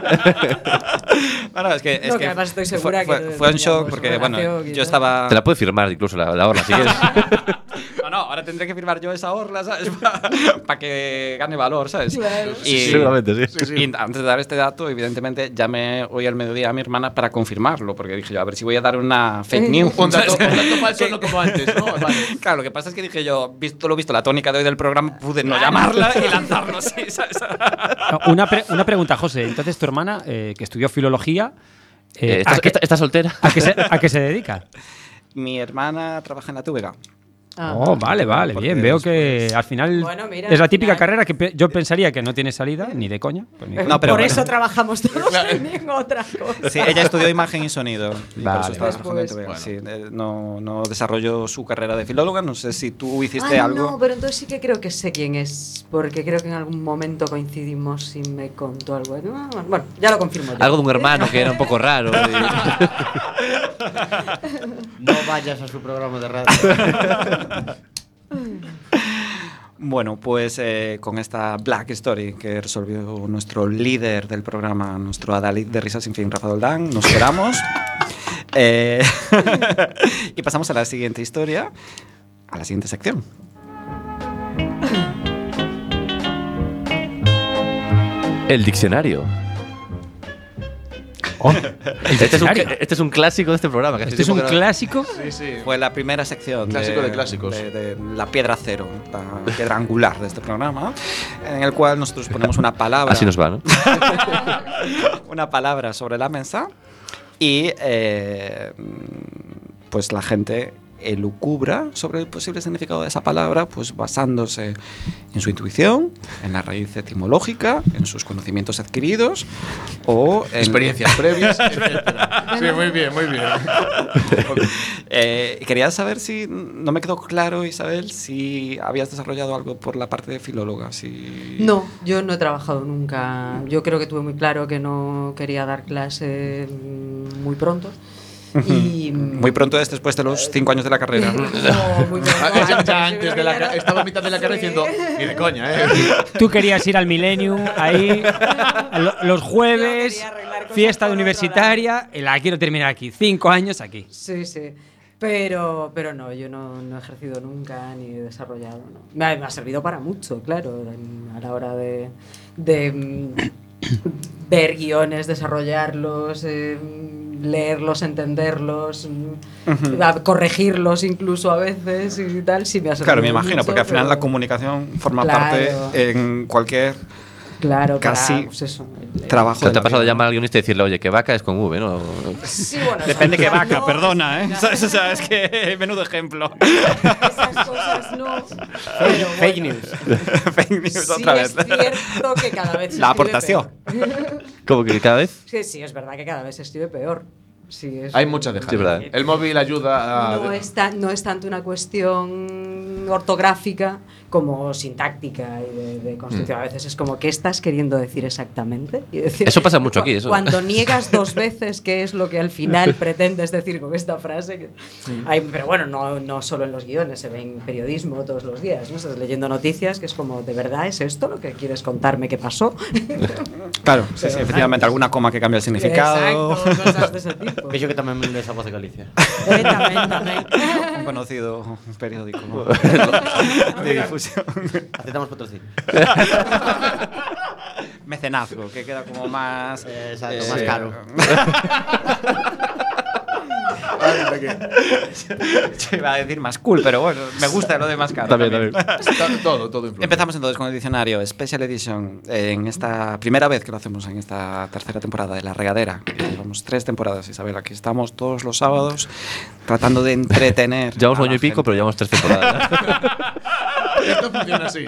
H: Bueno, es que, es
G: No,
H: que
G: que además estoy segura
H: fue,
G: que
H: fue-
G: no
H: fue un shock
G: teníamos
H: porque,
G: relación
H: bueno,
G: y
H: yo
G: tal.
H: estaba.
C: Te la puede firmar incluso la, la orla, si *laughs* quieres.
H: *laughs* No, no, ahora tendré que firmar yo esa orla, ¿sabes? *laughs* Para que gane valor, ¿sabes?
G: Claro.
H: Y-
C: Seguramente, sí.
H: Y antes de dar este dato, evidentemente, llamé hoy al mediodía a mi hermana para confirmarlo, porque dije yo, a ver si voy a dar una fake
G: Eh.
H: news.
D: Un dato, un
H: ¿sabes? *laughs*
D: dato falso no como antes, ¿no? Vale.
H: Claro, lo que pasa es que dije yo, visto lo visto, la tónica de hoy del programa, pude no llamarla
G: *laughs*
H: y lanzarlo así, ¿sabes?
F: No, eh, Una, pre- una pregunta, José. Entonces, tu hermana, eh, que estudió filología, eh,
C: Eh,
F: ¿a,
C: ¿estás,
F: qué,
C: estás- estás soltera?
F: a qué se, a qué se dedica?
H: Mi hermana trabaja en la TVG.
G: Ah.
F: oh, vale, vale,
H: Porque
F: bien. Veo
H: después-
F: que al final
G: Bueno, mira,
F: es la
G: al
F: típica
G: final-
F: carrera que pe- yo pensaría que no tiene salida, ni de coña. Pues ni-
H: No, pero
G: Por
H: bueno.
G: eso trabajamos todos en en otra cosa.
H: Sí, ella estudió imagen y sonido. y por eso
G: Ah,
F: Vale.
G: pues.
H: estaba trabajando en TVG.
D: Después.
H: Sí, eh, no, no desarrolló su carrera de filóloga, no sé si tú hiciste
G: Ay,
H: algo.
G: No, pero entonces sí que creo que sé quién es, porque creo que en algún momento coincidimos y me contó algo. Ah, Bueno, ya lo confirmo. yo.
C: Algo de un hermano que era un poco
H: *laughs*
C: raro. y-
E: No vayas a su programa de radio.
H: Bueno, pues eh, con esta Black Story que resolvió nuestro líder del programa, nuestro Adalid de Risas Sin Fin, Rafa Doldán, nos
G: *laughs*
H: quedamos. Eh, *laughs* y pasamos a la siguiente historia, a la siguiente sección.
C: Oh, El diccionario. *laughs* Este es, un,
F: Escenario.
C: cl- este es un clásico de este programa. que hace
F: Este es
C: tiempo
F: un
C: que no-
F: clásico.
H: Fue la primera sección.
D: Clásico de clásicos.
H: De, de la piedra cero, la piedra angular de este programa, en el cual nosotros ponemos una palabra.
C: Así nos va, ¿no?
H: una palabra sobre la mesa y eh, pues la gente elucubra sobre el posible significado de esa palabra, pues basándose en su intuición, en la raíz etimológica, en sus conocimientos adquiridos o en
D: Experiencias
H: *laughs*
D: previas, etcétera. Sí, muy bien, muy bien.
H: Eh, quería saber si no me quedó claro, Isabel, si habías desarrollado algo por la parte de filóloga, si
G: No, yo no he trabajado nunca. Yo creo que tuve muy claro que no quería dar clase mm, muy pronto. Y, mm,
H: muy pronto es después de los cinco años de la carrera.
G: *laughs* No, muy pronto,
D: Ah, ya, ya
G: yo
D: antes
G: creo
D: de la
G: que
D: ca-
G: era-
D: estaba a mitad de la carrera
G: Sí.
D: diciendo ni de coña, eh.
F: Tú querías ir al Millennium ahí a lo- los
G: Yo
F: jueves,
G: quería arreglar cosas
F: fiesta de
G: por otro
F: universitaria. y La quiero terminar aquí. Cinco años aquí.
G: Sí, sí. Pero, pero no, yo no, no he ejercido nunca ni he desarrollado. no. Me, ha, me ha servido para mucho, claro, en- a la hora de, de, mm, ver guiones, desarrollarlos, eh, leerlos, entenderlos, mm, a- corregirlos incluso a veces y tal. Sí, me ha servido
H: Claro, me imagino,
G: mucho,
H: porque al final
G: pero-
H: la comunicación forma
G: Claro.
H: parte en cualquier
G: Claro, para,
H: casi
G: pues eso, el- el-
H: trabajo.
C: O sea,
H: de
C: te
H: la
C: ha pasado de
H: vida.
C: llamar al guionista y decirle, oye, que vaca es con V, ¿no?
G: Sí, bueno,
H: Depende
G: o sea,
H: que vaca,
G: no,
H: perdona, ¿eh?
G: ya,
H: ¿Sabes? *laughs* O sea, es que *laughs*
C: *laughs*
H: menudo ejemplo.
G: Esas cosas no. pero
H: Fake
G: bueno.
H: news. Fake news
G: sí
H: Pues otra vez.
G: es cierto que cada vez se
H: La
G: escribe
H: aportación.
G: peor.
C: Como que cada vez.
G: sí, sí, es verdad que cada vez se escribe peor. Sí, es-
D: Hay mucha de
C: Sí, verdad.
D: El móvil ayuda
C: Ah,
D: a.
G: No es, tan- no es tanto una cuestión ortográfica como sintáctica y de, de construcción. A veces es como, ¿qué estás queriendo decir exactamente? Y decir-
C: Mm. Eso pasa mucho aquí, eso.
G: Cuando niegas
C: *laughs*
G: dos veces qué es lo que al final pretendes decir con esta frase. que- Hay- pero bueno, no, no solo en los guiones, se ve en periodismo todos los días. ¿no? Estás leyendo noticias que es como, ¿de verdad es esto lo que quieres contarme que pasó? *laughs*
H: Claro, sí, sí, efectivamente, alguna coma que cambia el significado.
G: Exacto, cosas de
E: *laughs*
G: ese tipo.
E: Que yo que tamén lees a voz de Galicia.
G: Eh, también, también.
H: *laughs* Un conocido periódico
C: *laughs*
H: ¿no? de difusión.
E: Aceptamos patrocinio.
C: *laughs*
H: Mecenazgo, que queda como más.
E: Eh, exacto, más
H: *laughs*
E: caro.
H: *laughs* Yo iba a decir más cool, pero bueno, me gusta lo de más caro.
C: También,
H: también.
D: Ta- Todo, todo influye.
H: *laughs* Empezamos entonces con el diccionario Special Edition. eh, En esta primera vez que lo hacemos en esta tercera temporada de La Regadera. que Llevamos tres temporadas, Isabel. Aquí estamos todos los sábados tratando de entretener.
C: Llevamos
H: a
C: un año
H: la
C: y pico,
H: gente.
C: pero llevamos tres temporadas. ¿no? *laughs*
D: *laughs* Esto funciona así.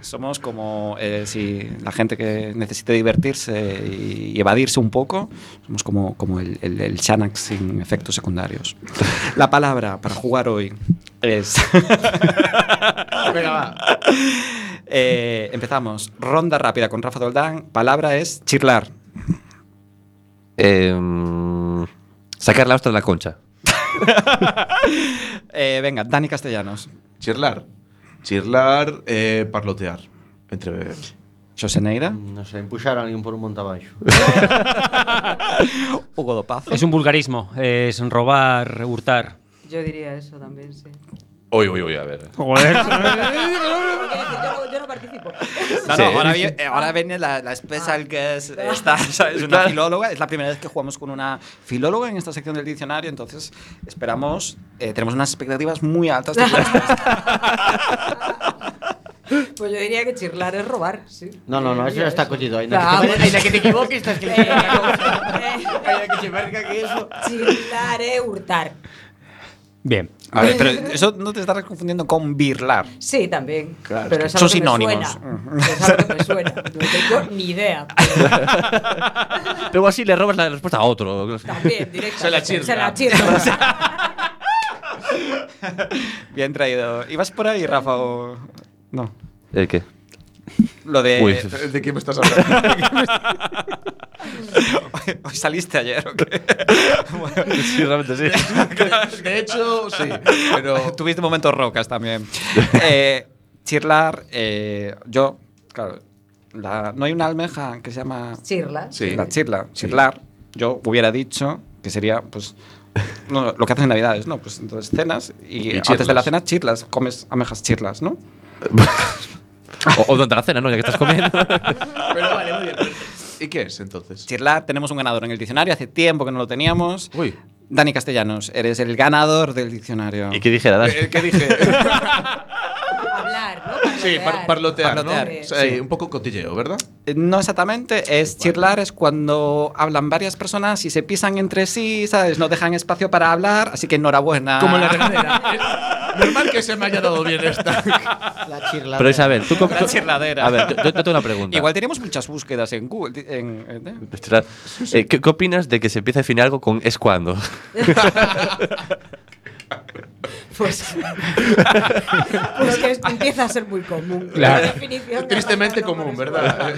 H: Somos como eh, si la gente que necesite divertirse y, y evadirse un poco, somos como, como el, el, el Xanax sin efectos secundarios. La palabra para jugar hoy es.
D: *laughs* Venga, va.
H: *laughs* Eh, empezamos. Ronda rápida con Rafa Doldán. Palabra es chirlar.
C: Eh, mm, sacar la ostra de la concha.
H: Eh, venga, Dani Castellanos.
D: Chirlar. Chirlar, eh, parlotear. Entre.
H: José Neira.
E: Non sei, empuxar a alguén por un monte abaixo.
H: Hugo Dopazo.
F: Es un vulgarismo. Es robar, hurtar.
G: Yo diría eso también, sí.
A: Uy, uy, uy, a ver.
G: yo, no, yo no participo.
H: No,
C: Sí.
H: no, ahora, vi- eh, ahora viene la, la especial que es esta, ¿sabes? una filóloga. Es la primera vez que jugamos con una filóloga en esta sección del diccionario, entonces esperamos, eh, tenemos unas expectativas muy altas. de todos.
G: Pues yo diría que chirlar es robar, sí.
E: No, no, no, eso
G: Diría
E: ya está collido. Ainda
G: Ah,
E: que,
G: bueno.
E: ainda que te equivoques, estás que
G: Eh,
E: Ainda que se marca que eso...
G: Chirlar es hurtar.
F: *laughs* Bien.
H: A ver, pero eso no te estarás confundiendo con birlar.
G: Sí, también.
H: Claro,
G: pero
H: es
G: es
H: que
G: algo
H: son
G: que me
H: sinónimos.
G: suena. Es algo que me suena. No tengo ni idea. pero
C: Luego así le robas la respuesta a otro.
G: También, directamente.
D: Se la
G: chirla.
D: *laughs*
G: Se la
H: Bien traído. ¿Ibas por ahí, Rafa? O... No.
C: ¿El qué?
H: Lo de...
C: Uy.
D: Eh, ¿De qué me estás
E: *laughs*
D: hablando?
H: *laughs* Hoy saliste ayer, ¿o qué?
C: *laughs* Sí, realmente sí. *laughs*
D: De hecho, sí. Pero.
H: *laughs* Tuviste momentos rocas
C: *laughs*
H: también. Eh, chirlar, eh, yo, claro, la- no hay una almeja que se llama
G: chirla.
D: Sí.
H: la chirla, chirlar. Yo hubiera dicho que sería, pues, no, lo que hacen en Navidades, ¿no? Pues entonces cenas y,
D: Y
H: antes de la
D: chirlas.
H: cena chirlas, comes amejas chirlas, ¿no?
C: O, o durante la cena, ¿no? Ya que estás comiendo.
D: Pero vale, muy bien. ¿Y qué es entonces?
H: Chirlar, tenemos un ganador en el diccionario, hace tiempo que no lo teníamos.
D: Uy.
H: Dani Castellanos, eres el ganador del diccionario.
C: ¿Y qué dijera Dani?
D: Eh, ¿Qué dije?
G: Hablar, ¿no?
D: sí, par- parlotear, ¿no?
H: Parlotear,
D: O sea, Un poco cotilleo, ¿verdad?
H: Eh, *laughs* No exactamente, es chirlar, es cuando hablan varias personas y se pisan entre sí, ¿sabes? No dejan espacio para hablar, así que enhorabuena.
D: Como
H: *laughs*
D: en la regadera. Es normal que se me haya dado bien esta.
E: La chirla.
C: Pero Isabel, tú
H: La chirladera.
C: A ver, yo, yo te tengo una pregunta.
H: Igual tenemos muchas búsquedas en Google. en- en-
C: Chirlar. Eh, ¿qué, qué opinas de que se empiece a definir algo con es cuando?
G: Pues, pues que es- empieza a ser muy común.
F: Claro.
G: La definición de
D: Tristemente
G: palabra
D: común,
G: no es
D: ¿verdad?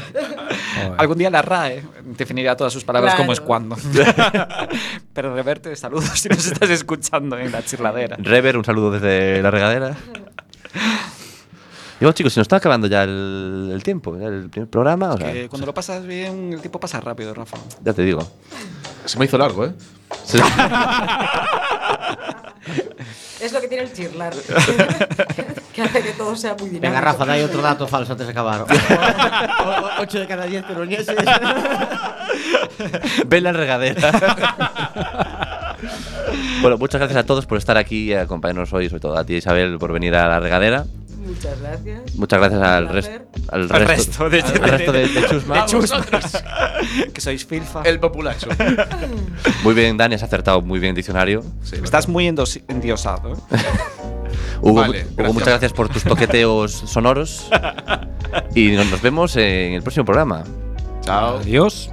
H: Algún día la RAE definirá todas sus palabras como es
G: Claro.
H: cuando. *laughs* Pero Reverte, saludos si nos estás escuchando en la chirladera.
C: Rever, un saludo desde la regadera. Y bueno, chicos, se nos está acabando ya el, el tiempo, ya el primer programa. o sea,
H: Que cuando lo pasas bien, el tiempo pasa rápido, Rafa.
C: ya te digo.
D: *laughs* Se me hizo largo, ¿eh?
C: Se- *laughs*
G: Es lo que tiene
D: *laughs*
G: el chirlar. que hace que todo sea muy dinámico.
E: Venga, Rafa, dai otro dato falso antes de
G: *laughs*
E: acabar. 8 de cada 10 coruñeses.
C: Ve la regadera. bueno, muchas gracias a todos por estar aquí y acompañarnos hoy, sobre todo a ti, Isabel, por venir a la regadera.
G: Muchas gracias.
C: Muchas gracias al,
G: Un
C: res-
G: placer.
C: al
H: Al
C: resto.
H: resto de-
C: al resto de-
H: *laughs*
C: de chusma.
H: De chusmas. que sois filfa.
D: El populacho.
C: Muy bien, Dani, has acertado muy bien el diccionario.
D: Sí,
H: Estás muy endos- endiosado. ¿eh?
C: Hugo,
D: Vale,
C: Hugo,
D: gracias.
C: muchas gracias por tus
D: *laughs*
C: toqueteos sonoros. Y nos nos vemos en el próximo programa.
D: Chao.
F: Adiós.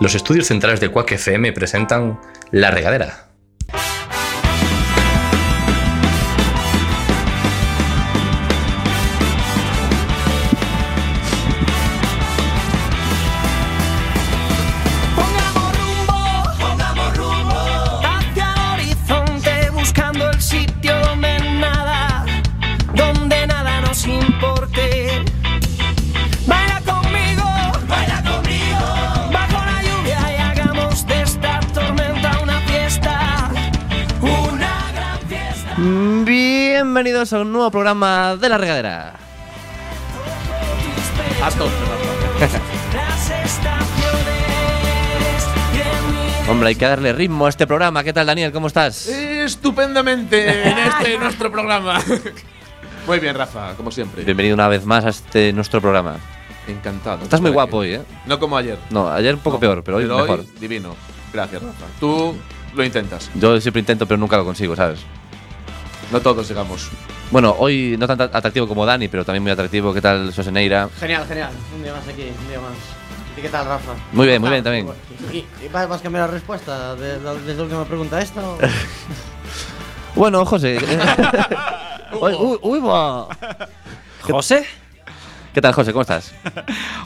A: Los estudios centrales de Quack FM presentan La Regadera.
B: Pongamos rumbo, pongamos rumbo hacia el horizonte buscando el sitio donde nada, donde nada nos importe. Baila conmigo, baila conmigo bajo la lluvia y hagamos de esta tormenta una fiesta, una gran fiesta.
C: Bienvenidos a un nuevo programa de la regadera.
B: Las estaciones y
C: Hombre, hay que darle ritmo a este programa. ¿Qué tal, Daniel? ¿Cómo estás?
D: Estupendamente en este nuestro programa. Muy bien, Rafa, como siempre.
C: Bienvenido una vez más a este nuestro programa.
D: Encantado. de
C: Estás muy
D: estar
C: guapo
D: aquí.
C: hoy, ¿eh?
D: No como ayer.
C: No, ayer un poco
D: No,
C: peor, pero hoy mejor.
D: divino. Gracias, Rafa. Tú lo intentas.
C: Yo siempre intento, pero nunca lo consigo, ¿sabes?
D: No todos llegamos.
C: Bueno, hoy no tan atractivo como Dani, pero también muy atractivo. ¿Qué tal, Soseneira?
E: *laughs* Genial, genial. Un día más aquí, un día más. ¿Y qué tal, Rafa?
C: Muy bien, muy bien también.
E: ¿Y, y vas vas a cambiar la respuesta de- de- desde la última pregunta a
G: *laughs*
E: esta? o?
C: Bueno, José. Uy, uy, uy, buah.
F: ¿José?
C: ¿Qué tal, José? ¿Cómo estás?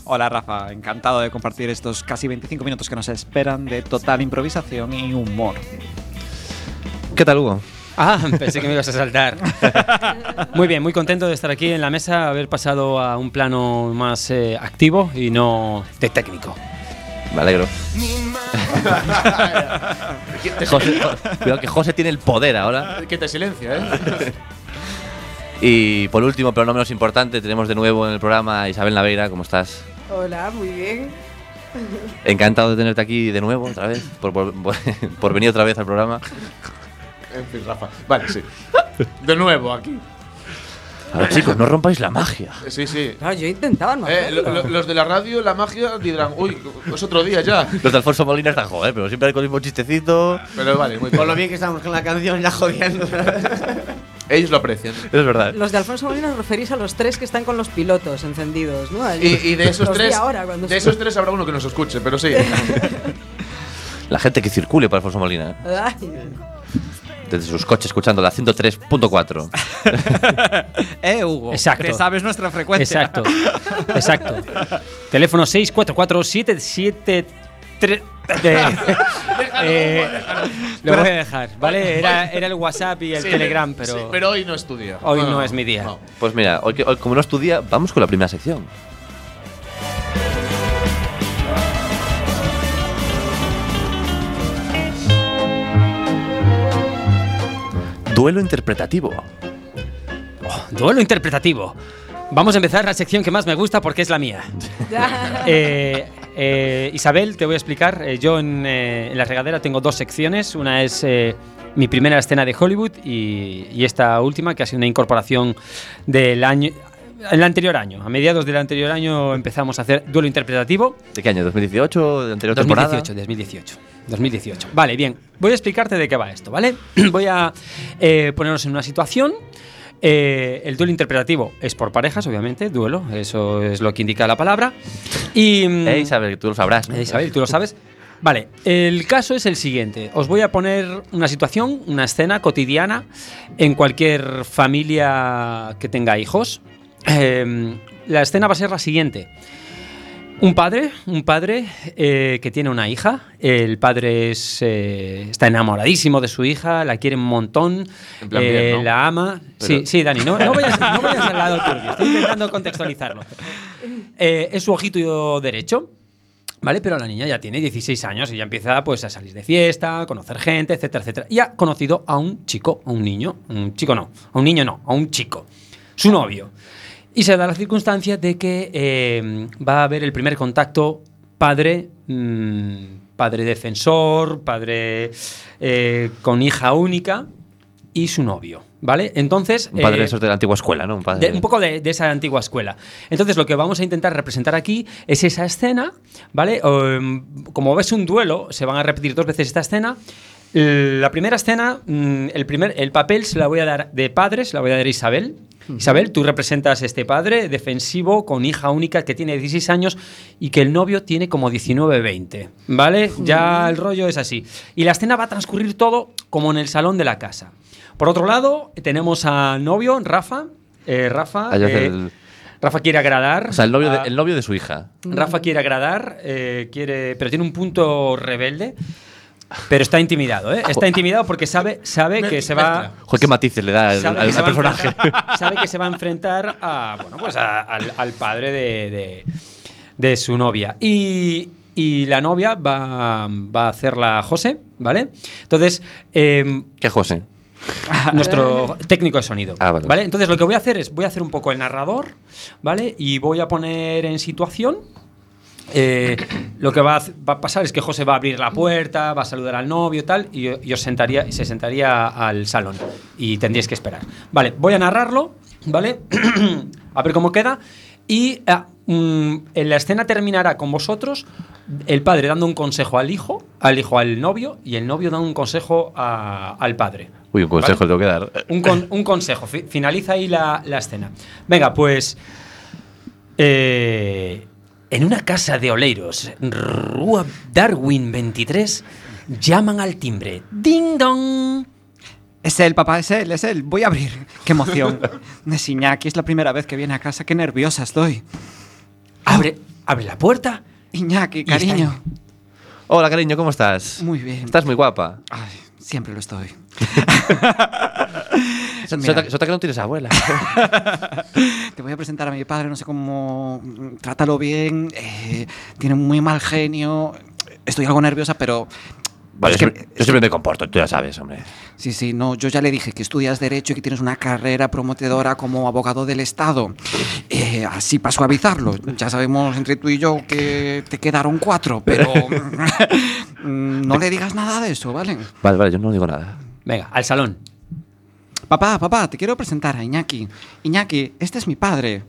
H: Hola Rafa, encantado de compartir estos casi 25 minutos que nos esperan de total improvisación y humor.
C: ¿Qué tal, Hugo?
F: Ah, pensé que me ibas a saltar. *laughs* Muy bien, muy contento de estar aquí en la mesa, haber pasado a un plano más eh, activo y no de técnico.
C: Me alegro. José, cuidado que José tiene el poder ahora.
D: Que te silencia, ¿eh?
C: Y por último, pero no menos importante, tenemos de nuevo en el programa a Isabel Naveira. ¿Cómo estás?
G: Hola, muy bien.
C: Encantado de tenerte aquí de nuevo, otra vez, por, *laughs* por- por venir otra vez al programa.
D: en fin, Rafa.
C: *laughs*
D: Vale, sí. De nuevo aquí.
C: A ver, chicos, no rompáis la magia.
D: Sí, sí.
G: Claro, yo intentaba no
D: Eh, lo-
G: hacerlo.
D: lo- los de la radio, la magia, dirán, uy, es otro día ya.
C: Los de Alfonso Molina están joder, pero siempre hay con el mismo chistecito.
D: Pero vale, muy bien.
E: Por lo bien que estamos con la canción ya jodiendo.
D: Ellos lo aprecian.
C: Es verdad.
G: Los de Alfonso Molina os referís a los tres que están con los pilotos encendidos, ¿no? Ahí.
D: Y, y de esos
G: Los vi
D: tres.
G: ahora cuando
D: de
G: se-
D: esos tres habrá uno que nos escuche, pero sí.
C: La gente que circule para Alfonso Molina, ¿eh?
G: Ay,
C: desde sus coches escuchando la 103.4.
H: Eh, Hugo,
F: Exacto.
H: te sabes nuestra
D: Pues
H: frecuencia.
F: Exacto, exacto. Teléfono
D: *laughs*
F: 644-773. Eh, lo voy a dejar, ¿vale? Era, era el WhatsApp y el
D: Sí,
F: Telegram,
D: sí,
F: pero,
D: pero hoy no es tu día.
F: hoy no, es mi día.
D: no.
C: Pues mira, hoy, que- hoy como no es tu día, vamos con la primera sección. Duelo interpretativo.
F: Duelo interpretativo. Vamos a empezar la sección que más me gusta porque es la mía.
D: *laughs*
F: Eh, eh, Isabel, te voy a explicar. Eh, yo en, eh, en La Regadera tengo dos secciones. Una es eh, mi primera escena de Hollywood y, y esta última, que ha sido una incorporación del año. El anterior año, a mediados del anterior año empezamos a hacer duelo interpretativo.
C: ¿De qué año? ¿2018? ¿De la anterior temporada?
F: 2018, 2018. 2018. Vale, bien. Voy a explicarte de qué va esto, ¿vale? *clears throat* Voy a eh, ponernos en una situación. Eh, el duelo interpretativo es por parejas, obviamente, duelo, eso es lo que indica la palabra. Y. mm,
C: Eh, Isabel, que tú lo sabrás.
F: eh, Isabel, tú lo sabes. Vale, el caso es el siguiente. Os voy a poner una situación, una escena cotidiana en cualquier familia que tenga hijos. Eh, la escena va a ser la siguiente. Un padre, un padre eh, que tiene una hija. El padre es, eh, está enamoradísimo de su hija, la quiere un montón,
D: En plan bien,
F: eh,
D: ¿no?
F: la ama. Sí, sí, Dani, no, no vayas, no vayas al lado turbio. Estoy intentando contextualizarlo. Eh, es su ojito derecho. ¿Vale? Pero la niña ya tiene 16 años y ya empieza pues, a salir de fiesta, a conocer gente, etcétera, etcétera. Y ha conocido a un chico, a un niño, un chico no, a un niño no, a un chico, su novio. Y se da la circunstancia de que eh, va a haber el primer contacto padre, mm, padre defensor, padre eh, con hija única y su novio. ¿Vale? Entonces.
C: Un padre
F: eh,
C: de esos de la antigua escuela, ¿no? Un padre.
F: de- un poco de, de esa antigua escuela. Entonces, lo que vamos a intentar representar aquí es esa escena, ¿vale? Em, como ves un duelo, se van a repetir dos veces esta escena. Eh, La primera escena, mm, el, primer, el papel se la voy a dar de padre, se la voy a dar a Isabel. Isabel, tú representas este padre defensivo con hija única que tiene 16 años y que el novio tiene como 19-20, ¿vale? Ya el rollo es así. Y la escena va a transcurrir todo como en el salón de la casa. Por otro lado, tenemos al novio, Rafa. Eh, Rafa,
C: Ah, yo
F: eh,
C: el-
F: Rafa quiere agradar.
C: o sea, el novio,
F: a-
C: de, el novio de su hija.
F: Rafa quiere agradar, eh, quiere, pero tiene un punto rebelde. Pero está intimidado, ¿eh? Está intimidado porque sabe, sabe que se va.
C: Joder, qué matices le da al,
F: Sabe
C: al-
F: que se
C: al
F: va a
C: personaje.
F: enfrentar- sabe que se va a enfrentar a, bueno, pues a- al, al padre de, de- de su novia. Y, y la novia va, va a hacerla José, ¿vale? Entonces, em,
C: ¿Qué, José?
F: *laughs* nuestro técnico de sonido.
C: Ah, vale.
F: Entonces lo que voy a hacer es, voy a hacer un poco el narrador, ¿vale? Y voy a poner en situación. eh, *coughs* lo que va a, hac- va a pasar es que José va a abrir la puerta, va a saludar al novio y tal, y, y os sentaría, se sentaría al salón. Y tendríais que esperar. Vale, voy a narrarlo. ¿vale? *coughs* a ver cómo queda. Y ah, mm, en la escena terminará con vosotros, el padre dando un consejo al hijo, al hijo al novio, y el novio dando un consejo a- al padre.
C: Uy, un consejo tengo que dar.
F: Un, con- un consejo, fi- finaliza ahí la, la escena. Venga, pues... eh, en una casa de Oleiros, Rua Darwin 23, llaman al timbre. ¡Ding dong!
H: Es él, papá, es él, es él. Voy a abrir.
F: *laughs*
H: Qué emoción. es Iñaki, es la primera vez que viene a casa. Qué nerviosa estoy.
F: Abre, abre la puerta.
H: Iñaki,
F: está
H: cariño.
C: Hola, cariño, ¿cómo estás?
H: Muy bien.
C: Estás muy guapa.
H: Ay, siempre lo estoy.
C: Se-
H: Mira.
C: Sota sota que no tienes abuela.
H: Te voy a presentar a mi padre, no sé cómo. mm, Trátalo bien. eh, tiene muy mal genio. Estoy algo nerviosa, pero.
C: Vale,
H: es que-
C: yo siempre- yo siempre me comporto, tú ya sabes, hombre.
H: Sí, sí, no, yo ya le dije que estudias Derecho y que tienes una carrera prometedora como abogado del Estado. Eh, así para suavizarlo. Ya sabemos entre tú y yo que te quedaron cuatro, pero. mm, no le digas nada de eso, ¿vale?
C: Vale, vale, yo no digo nada.
F: Venga, al salón.
H: Papá, papá, te quiero presentar a Iñaki. Iñaki, este es mi padre.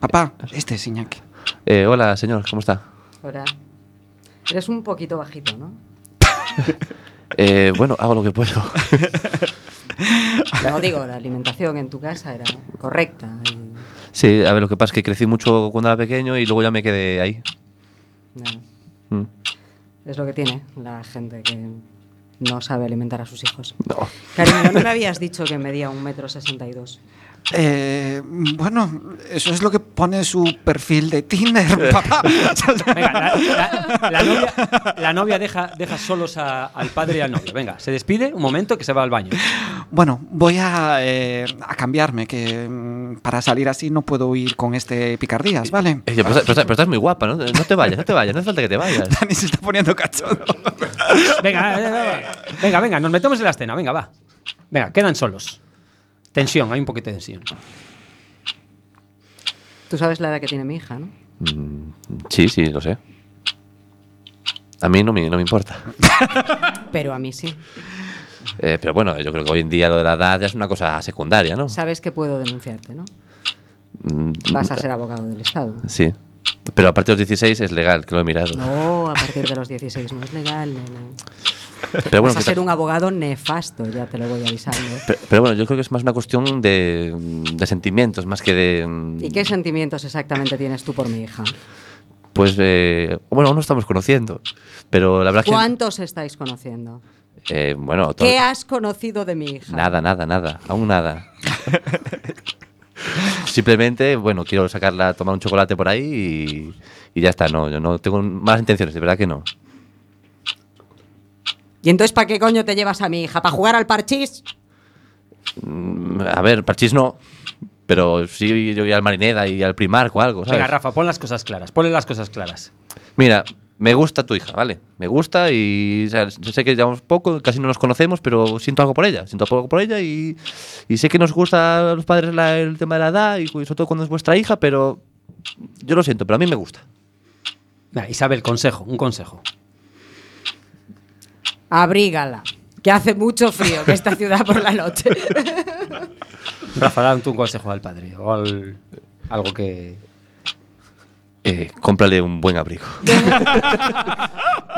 H: Papá, este es Iñaki.
C: Eh, hola, señor, ¿cómo está?
G: Ahora, eres un poquito bajito, ¿no?
C: Eh, bueno, hago lo que puedo. *laughs*
G: No digo, la alimentación en tu casa era correcta. y-
C: Sí, a ver, lo que pasa es que crecí mucho cuando era pequeño y luego ya me quedé ahí.
G: nada,
C: Mm.
G: es lo que tiene la gente que no sabe alimentar a sus
C: *laughs*
G: hijos.
C: No.
G: Cariño, no me habías dicho que medía un metro sesenta y dos.
H: Eh, bueno, eso es lo que pone su perfil de Tinder, *laughs* papá.
F: Venga, la, la- la novia, la novia deja, deja solos a- al padre y al novio. Venga, se despide un momento que se va al baño.
H: Bueno, voy a, eh, a cambiarme, que mm, para salir así no puedo ir con este picardías, *laughs* ¿vale?
C: Eh, pero, estás- pero estás- pero estás muy guapa, ¿no? No te vayas, no te vayas, no hace falta que te vayas.
H: Dani se está poniendo cachondo.
F: Venga, eh, eh, eh, venga, venga, nos metemos en la escena. Venga, va. Venga, quedan solos. Tensión, hay un poquito de tensión.
G: Tú sabes la edad que tiene mi hija, ¿no?
C: Mm, Sí, sí, lo sé. A mí no me, no me importa.
G: Pero a mí sí.
C: Eh, pero bueno, yo creo que hoy en día lo de la edad ya es una cosa secundaria, ¿no?
G: Sabes que puedo denunciarte, ¿no?
C: Mm,
G: Vas a ser abogado del Estado.
C: Sí. Pero a partir de los 16 es legal, que lo he mirado.
G: No, a partir de los 16 no es legal. nena.
C: Pero bueno,
G: Vas a
C: que ta-
G: ser un abogado nefasto, ya te lo voy avisando.
C: pero, pero bueno, yo creo que es más una cuestión de, de sentimientos, más que de... mm,
G: ¿Y qué sentimientos exactamente tienes tú por mi hija?
C: Pues, eh, bueno, aún no estamos conociendo, pero la verdad es
G: ¿Cuántos estáis conociendo?
C: que... eh, bueno, todo-
G: ¿Qué has conocido de mi hija?
C: Nada, nada, nada, aún nada. Simplemente, bueno, quiero sacarla a tomar un chocolate por ahí y, y ya está. No, yo no tengo malas intenciones, de verdad que no.
G: ¿Y entonces para qué coño te llevas a mi hija? ¿Para jugar al parchís?
C: Mm, A ver, parchís no, pero sí yo voy al Marineda y al Primark o algo, ¿sabes?
F: Venga, Rafa, pon las cosas claras. Ponle las cosas claras.
C: Mira, me gusta tu hija, ¿vale? Me gusta y o sea, yo sé que llevamos poco, casi no nos conocemos, pero siento algo por ella. Siento algo por ella y, y sé que nos gusta a los padres la- el tema de la edad y sobre todo cuando es vuestra hija, pero yo lo siento, pero a mí me gusta.
F: Venga, Isabel, consejo, un consejo.
G: Abrígala. Que hace mucho frío en esta ciudad por
E: *laughs*
G: la noche.
F: Rafa, da un consejo al padre o al- algo que...
C: Eh, cómprale un buen abrigo.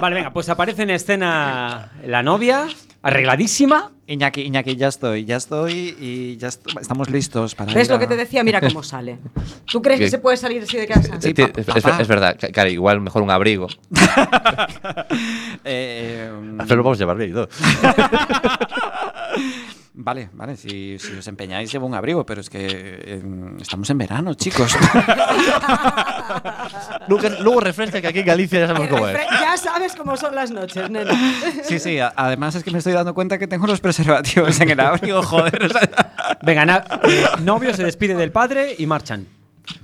F: Vale, venga, pues aparece en escena la novia, arregladísima.
H: Iñaki, Iñaki, ya estoy, ya estoy y ya est- estamos listos para
G: ¿Ves
H: ir
G: lo
H: a-
G: que te decía? Mira cómo sale. ¿Tú crees que
C: ¿Qué?
G: se puede salir así de casa? *laughs*
C: Eh, tie-
H: pa-
C: es, es-
H: papá. Mm.
C: es verdad, ca- claro, igual mejor un abrigo.
H: Eh, mm,
C: Pero lo vamos a llevar bien y todo.
H: *laughs* Vale, vale, si, si os empeñáis llevo un abrigo, pero es que eh, estamos en verano, chicos. *laughs*
C: Nunca- luego refresca que aquí en Galicia ya sabemos cómo es.
G: Ya sabes cómo son las
E: *laughs*
G: noches, nena.
H: sí, sí, a- además es que me estoy dando cuenta que tengo los preservativos en el abrigo, joder. o sea.
F: Venga, na- eh, novio se despide del padre y marchan.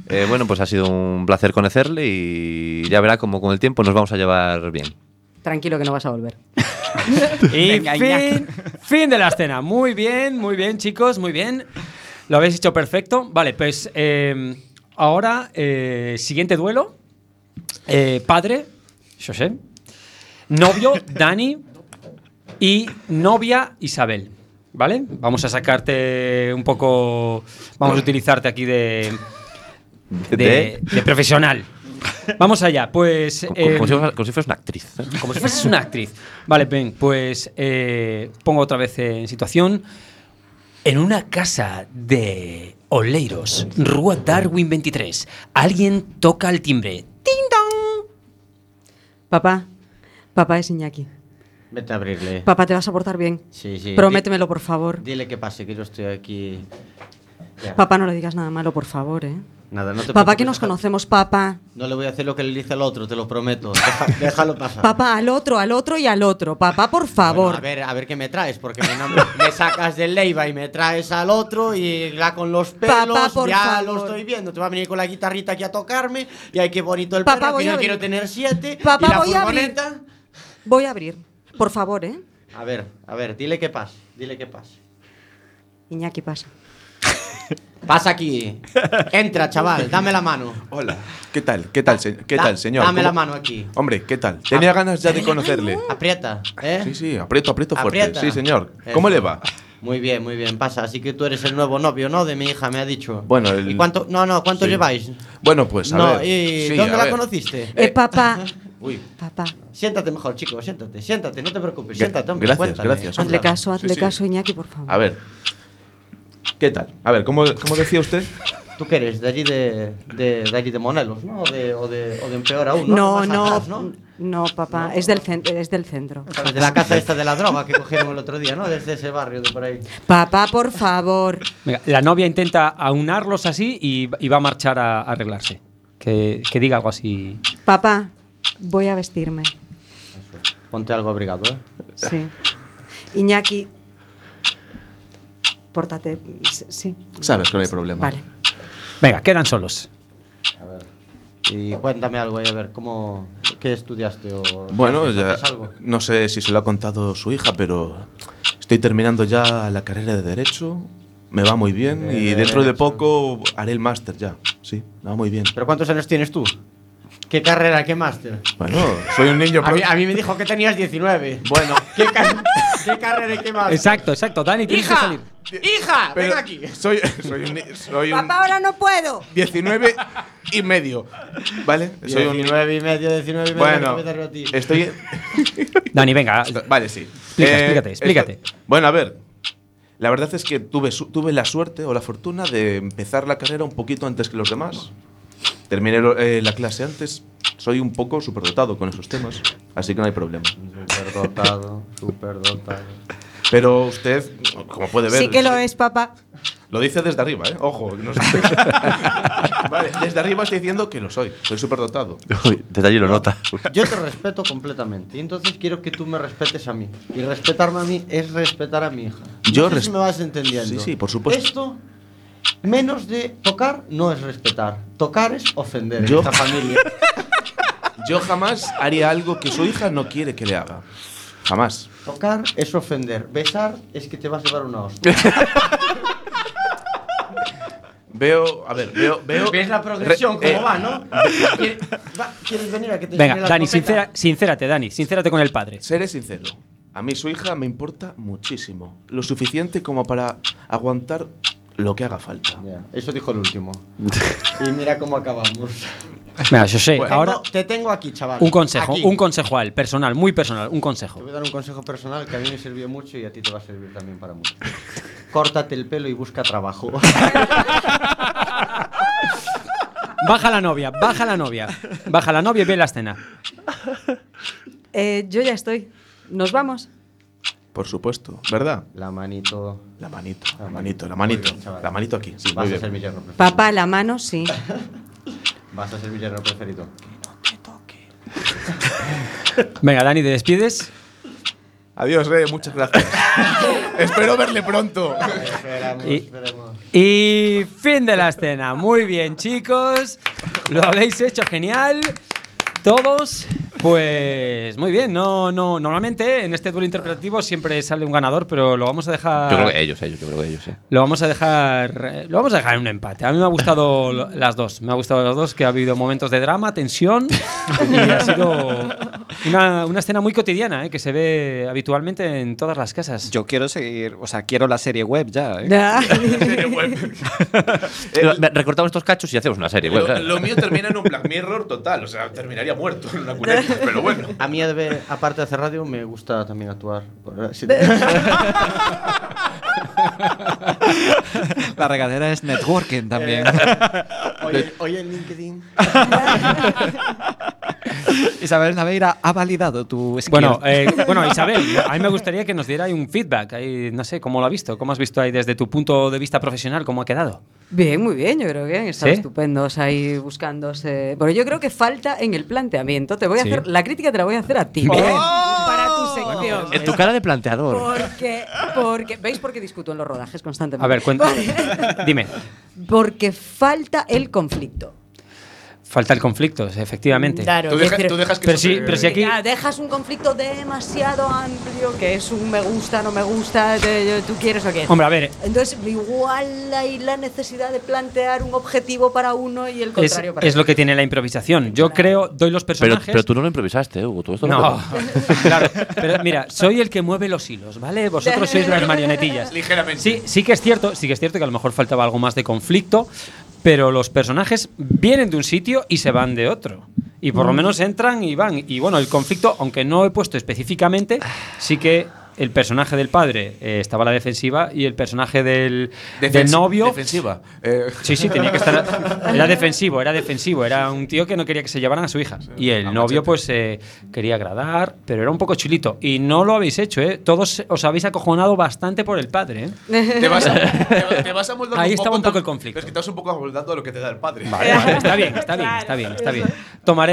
C: Eh, bueno, pues ha sido un placer conocerle y ya verá cómo con el tiempo nos vamos a llevar bien.
G: Tranquilo que no vas a volver.
F: Y
H: Venga,
F: fin, fin de la escena. Muy bien, muy bien, chicos, muy bien. Lo habéis hecho perfecto. Vale, pues eh, ahora, eh, siguiente duelo. Eh, padre, José. Novio, Dani. Y novia, Isabel. ¿Vale? Vamos a sacarte un poco. Vamos a utilizarte aquí de. de,
C: ¿De?
F: de profesional. Vamos allá,
E: Este,
F: pues.
C: Como,
F: eh,
E: em,
C: como si fuera- como si fueras una actriz.
F: como si fueses una actriz. Vale, Ben, pues eh, pongo otra vez en situación. En una casa de Oleiros, Rua Darwin 23, alguien toca el timbre. ¡Ting dong!
G: Papá, papá es Iñaki.
E: Vete a abrirle.
G: Papá, te vas a portar bien.
E: Sí, sí.
G: Prométemelo, por favor.
E: Dile que pase, que yo estoy aquí. Ya.
G: Papá, no le digas nada malo, por favor, ¿eh?
E: Nada, no te
G: Papá,
E: preocupes,
G: que nos
E: deja-
G: conocemos, papá.
E: No le voy a hacer lo que le dice al otro, te lo prometo. Deja- *laughs* déjalo pasar.
G: Papá, al otro, al otro y al otro. Papá, por
E: Bueno,
G: favor.
E: a ver, a ver qué me traes, porque me, enam- *laughs* me sacas del Leiva y me traes al otro y la con los
G: Papá,
E: pelos,
G: por
E: ya
G: favor.
E: lo estoy viendo. Te va a venir con la guitarrita aquí a tocarme y ay qué bonito el
G: Papá,
E: perro,
G: voy
E: que
G: a
E: yo
G: abrir.
E: quiero tener siete
G: Papá,
E: y la
G: voy a abrir.
E: furgoneta.
G: Voy a abrir. Por favor, ¿eh?
E: A ver, a ver, dile que pase, dile que pase.
G: Iñaki, pasa.
E: Pasa aquí. Entra, chaval, dame la mano.
D: Hola. ¿Qué tal? ¿Qué tal, se- *laughs* qué
E: Da-
D: tal señor?
E: Dame la
D: ¿Cómo-
E: mano Ah. aquí.
D: Hombre, ¿qué tal? Tenía ganas
E: *laughs*
D: ya de conocerle.
E: Aprieta, ¿eh?
D: Sí, sí, aprieto, aprieto fuerte.
E: Aprieta.
D: Sí, señor. ¿Cómo
E: Eso.
D: le va?
E: Muy bien, muy bien, pasa. Así que tú eres el nuevo novio, ¿no? De mi hija, me ha dicho.
D: Bueno, el-
E: ¿Y cuánto? No, no, ¿cuánto
D: Sí.
E: lleváis?
D: Bueno, pues a
E: no,
D: ver.
E: ¿y
D: Sí,
E: dónde
D: a
E: la
D: ver.
E: conociste?
G: Eh, papá,
E: Uy,
G: papá.
E: siéntate mejor, chico, siéntate, siéntate, no te preocupes,
D: Gra-
E: siéntate, hombre,
D: gracias,
E: cuéntame.
D: gracias, hombre.
G: Hazle caso, hazle
D: Sí, sí.
G: caso, Iñaki, por favor.
D: A ver. ¿Qué tal? A ver, ¿cómo, cómo decía usted?
E: ¿Tú qué eres? ¿De allí de, de, de allí de Monelos, no? O de, o de, o de empeor aún,
G: No,
E: Más
G: no,
E: atrás, ¿no?
G: no, papá, es del centro, es del centro.
E: Sabes, De la casa esta de la droga que cogieron el otro día, ¿no? Desde ese barrio de por ahí.
G: Papá, por favor.
F: Venga, la novia intenta aunarlos así y, y va a marchar a, a arreglarse. Que, que diga algo así.
G: Papá, voy a vestirme.
E: Ponte algo abrigado, ¿eh?
G: Sí. Iñaki, pórtate. s- Sí.
D: Sabes que no hay problema.
G: Vale.
F: Venga, quedan solos.
E: Y cuéntame algo ahí, a ver, ¿cómo, ¿qué estudiaste? O,
D: Bueno,
E: ¿sabes?
D: ya.
E: ¿Haces algo?
D: No sé si se lo ha contado su hija, pero estoy terminando ya la carrera de Derecho. Me va muy bien
E: De
D: y dentro de
E: Derecho.
D: poco haré el máster ya. Sí, me va muy bien.
E: ¿Pero cuántos años tienes tú? ¿Qué carrera, qué máster?
D: Bueno, soy un niño.
E: *laughs* A
D: pro-
E: mí, a mí me dijo que tenías 19.
D: Bueno,
E: ¿Qué, ca- qué carrera y qué máster?
F: Exacto, exacto. Dani, tienes que
E: ¡Hija!
F: salir.
E: ¡Hija!
D: pero
E: ¡Ven aquí!
D: soy, soy un, ni- soy un
G: Papá, ahora no puedo.
D: 19 y medio. ¿Vale? Soy un niño.
E: 19 y medio, 19 y medio.
D: Bueno,
E: me meto a ti.
D: estoy.
F: Dani, venga.
D: Vale, sí.
F: Explica, explícate, explícate.
D: esto- bueno, a ver. La verdad es que tuve, su- tuve la suerte o la fortuna de empezar la carrera un poquito antes que los demás. Terminé lo- eh, la clase antes. Soy un poco superdotado con esos temas, así que no hay problema.
E: Superdotado, superdotado.
D: Pero usted, como puede ver,
G: Sí que lo
D: soy-
G: es, papá.
D: Lo dice desde arriba, ¿eh? Ojo.
G: *laughs*
D: que no soy- vale, desde arriba estoy diciendo que lo soy. Soy superdotado.
C: *laughs* Uy, desde allí lo nota.
E: Yo te respeto completamente. Y entonces quiero que tú me respetes a mí. Y respetarme a mí es respetar a mi hija. No
D: Yo
E: sé
D: res-
E: si me vas entendiendo.
D: Sí, sí, por supuesto.
E: Esto, menos de tocar, no es respetar. Tocar es ofender
D: Yo-
E: a esta familia.
D: Yo jamás haría algo que su hija no quiere que le haga. Jamás.
E: Tocar es ofender. Besar es que te vas a llevar una
D: *laughs*
E: hostia.
D: Veo, a ver, veo, veo.
E: *laughs* ¿Ves la progresión
D: Re-
E: cómo
D: eh,
E: va, no? ¿Quieres, va- quieres venir a que te
F: Venga,
E: enseñe la
F: Dani,
E: escopeta?
F: sincera- sincérate, Dani. Sincérate con el
D: *laughs*
F: padre.
D: Seré sincero. A mí su hija me importa muchísimo. Lo suficiente como para aguantar lo que haga *laughs* falta.
E: Ya, eso dijo el último. y mira
D: *laughs*
E: cómo acabamos.
F: Venga, José, ahora
E: Pues, Tengo- te tengo aquí, chaval.
F: un consejo,
E: Aquí.
F: un consejo al personal, muy personal, un
E: Te
F: consejo.
E: voy a dar un consejo personal que a mí me sirvió mucho y a ti te va a servir también para mucho. Córtate el pelo y busca trabajo.
F: Baja la novia, baja la novia. Baja la novia y ve la escena.
G: Eh, yo ya estoy. Nos vamos.
D: Por supuesto, ¿verdad?
E: La manito.
D: La manito, la
E: La
D: manito,
E: manito.
D: la manito.
E: Muy bien, chaval.
D: La manito aquí. Sí, muy
E: Vas a
D: bien.
E: ser mi yerno preferido.
G: Papá, la mano, sí.
E: Vas a ser mi yerno preferido.
F: Venga, Dani, te despides.
D: Adiós, Rey, muchas gracias. Espero verle pronto.
E: Esperamos,
F: Y-
E: esperemos.
F: Y fin de la escena. Muy bien, chicos. Lo habéis hecho genial. Todos. Pues muy bien. No, no, normalmente en este duelo interpretativo siempre sale un ganador, pero lo vamos a dejar.
C: Yo creo que ellos, ellos, yo creo que ellos, eh.
F: Lo vamos a dejar. eh, Lo vamos a dejar en un empate. A mí me ha gustado lo- las dos. Me ha gustado las dos, que ha habido momentos de drama, tensión. Y ha sido Una, una escena muy cotidiana, ¿eh? que se ve habitualmente en todas las casas.
H: Yo quiero seguir, o sea, quiero la serie web ya. ¿eh? *laughs*
G: Ya.
D: *laughs*
C: Recortamos estos cachos y hacemos una serie. bueno,
D: Eh, Lo,
C: claro.
D: lo mío termina en un Black Mirror total, o sea, terminaría muerto en una *laughs* cuneta, pero bueno.
E: A mí, adve- aparte de hacer radio, me gusta también actuar. Por- *laughs* si-
H: La regadera es networking también.
E: *laughs* Oye, oye, en LinkedIn.
H: Isabel Naveira ha validado tu skill.
F: Bueno, eh, bueno, Isabel, a mí me gustaría que nos diera ahí un feedback. ahí, no sé, ¿cómo lo has visto? ¿Cómo has visto ahí desde tu punto de vista profesional? ¿Cómo ha quedado?
G: Bien, muy bien, yo creo que han estado
F: ¿Sí?
G: estupendos ahí buscándose. Pero yo creo que falta en el planteamiento. Te voy a
F: Sí.
G: hacer la crítica te la voy a hacer a ti.
D: Oh.
G: Para tu sección.
C: En tu cara de planteador.
G: porque, porque, ¿veis por qué discuto en los rodajes constantemente?
F: A ver,
G: *laughs*
F: cuéntame. Dime.
G: Porque falta el conflicto.
F: Falta el conflicto, efectivamente.
G: Claro,
D: Tú,
G: quiero
D: deja-
G: decir-
D: tú dejas que
F: Pero
D: eso
F: sí,
D: se-
F: pero sí. Si aquí-
G: Ya, dejas un conflicto demasiado amplio, que es un me gusta, no me gusta, te- tú quieres o qué.
F: Hombre, a ver,
G: Entonces, igual hay la necesidad de plantear un objetivo para uno y el
F: es,
G: contrario para
F: es lo que tiene la improvisación. Yo creo, doy los
C: Pero,
F: personajes.
C: pero tú no lo improvisaste, Hugo. Tú esto lo-
F: No, *laughs* claro. Pero mira, soy el que mueve los hilos, ¿vale? Vosotros sois las marionetillas.
D: Ligeramente.
F: Sí, sí que es cierto, sí que es cierto que a lo mejor faltaba algo más de conflicto, pero los personajes vienen de un sitio y se van de otro. Y
G: Mm.
F: por lo menos entran y van. Y bueno, el conflicto, aunque no he puesto específicamente, sí que el personaje del padre eh, estaba a la defensiva y el personaje del,
I: Defens-
F: del novio.
I: Defensiva. Eh,
F: Sí, sí, tenía que estar. Era defensivo, era defensivo. Era un tío que no quería que se llevaran a su hija. Y el novio, pues, eh, quería agradar, pero era un poco chulito. Y no lo habéis hecho, ¿eh? Todos os habéis acojonado bastante por el padre, ¿eh?
D: Te vas, a, te, te vas amoldando
F: Ahí estaba un poco
D: tam-
F: el conflicto.
D: pero Es que te vas un poco amoldando a lo que te da el padre.
F: Vale, vale, está bien, está bien, está bien, está bien.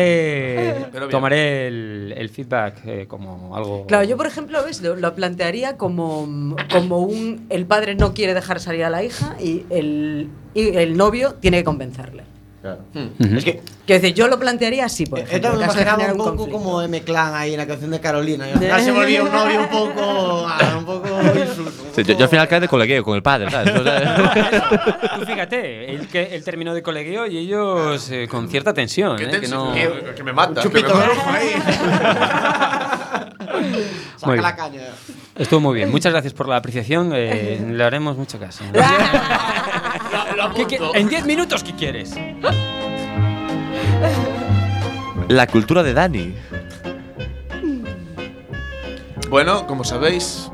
F: Tomaré,
D: Pero bien.
F: tomaré el, el feedback eh, como algo.
G: Claro, yo por ejemplo, ¿ves? Lo, lo plantearía como, como un... El padre no quiere dejar salir a la hija y el, y el novio tiene que convencerle.
E: Claro.
F: Ujú.
E: Es que
G: Quiero decir, yo lo plantearía así, por
E: eh,
G: ejemplo.
E: me
G: que has de
E: imaginaba
G: generar
E: un poco
G: conflicto. *laughs*
E: como M-Clan ahí en la canción de Carolina. Y al final se volvía un novio un poco. ah, un poco insulso. un
C: Sí, yo,
E: poco-
C: yo al final quedé con el con el padre, ¿sabes? O sea,
F: *laughs* Tú fíjate, él, que, él terminó de colegueo y ellos eh, con cierta tensión,
D: Que,
F: ¿eh?
D: te-
F: Que no-
D: que- que me mata.
E: Chupito.
D: que me mata.
E: Saca
F: Muy bien.
E: la caña.
F: Estuvo muy bien. Muchas gracias por la apreciación. eh, le haremos mucho caso. ¿Qué- qué- en 10 minutos, ¿qué quieres?
C: *laughs* la cultura de Dani.
D: Bueno, como sabéis,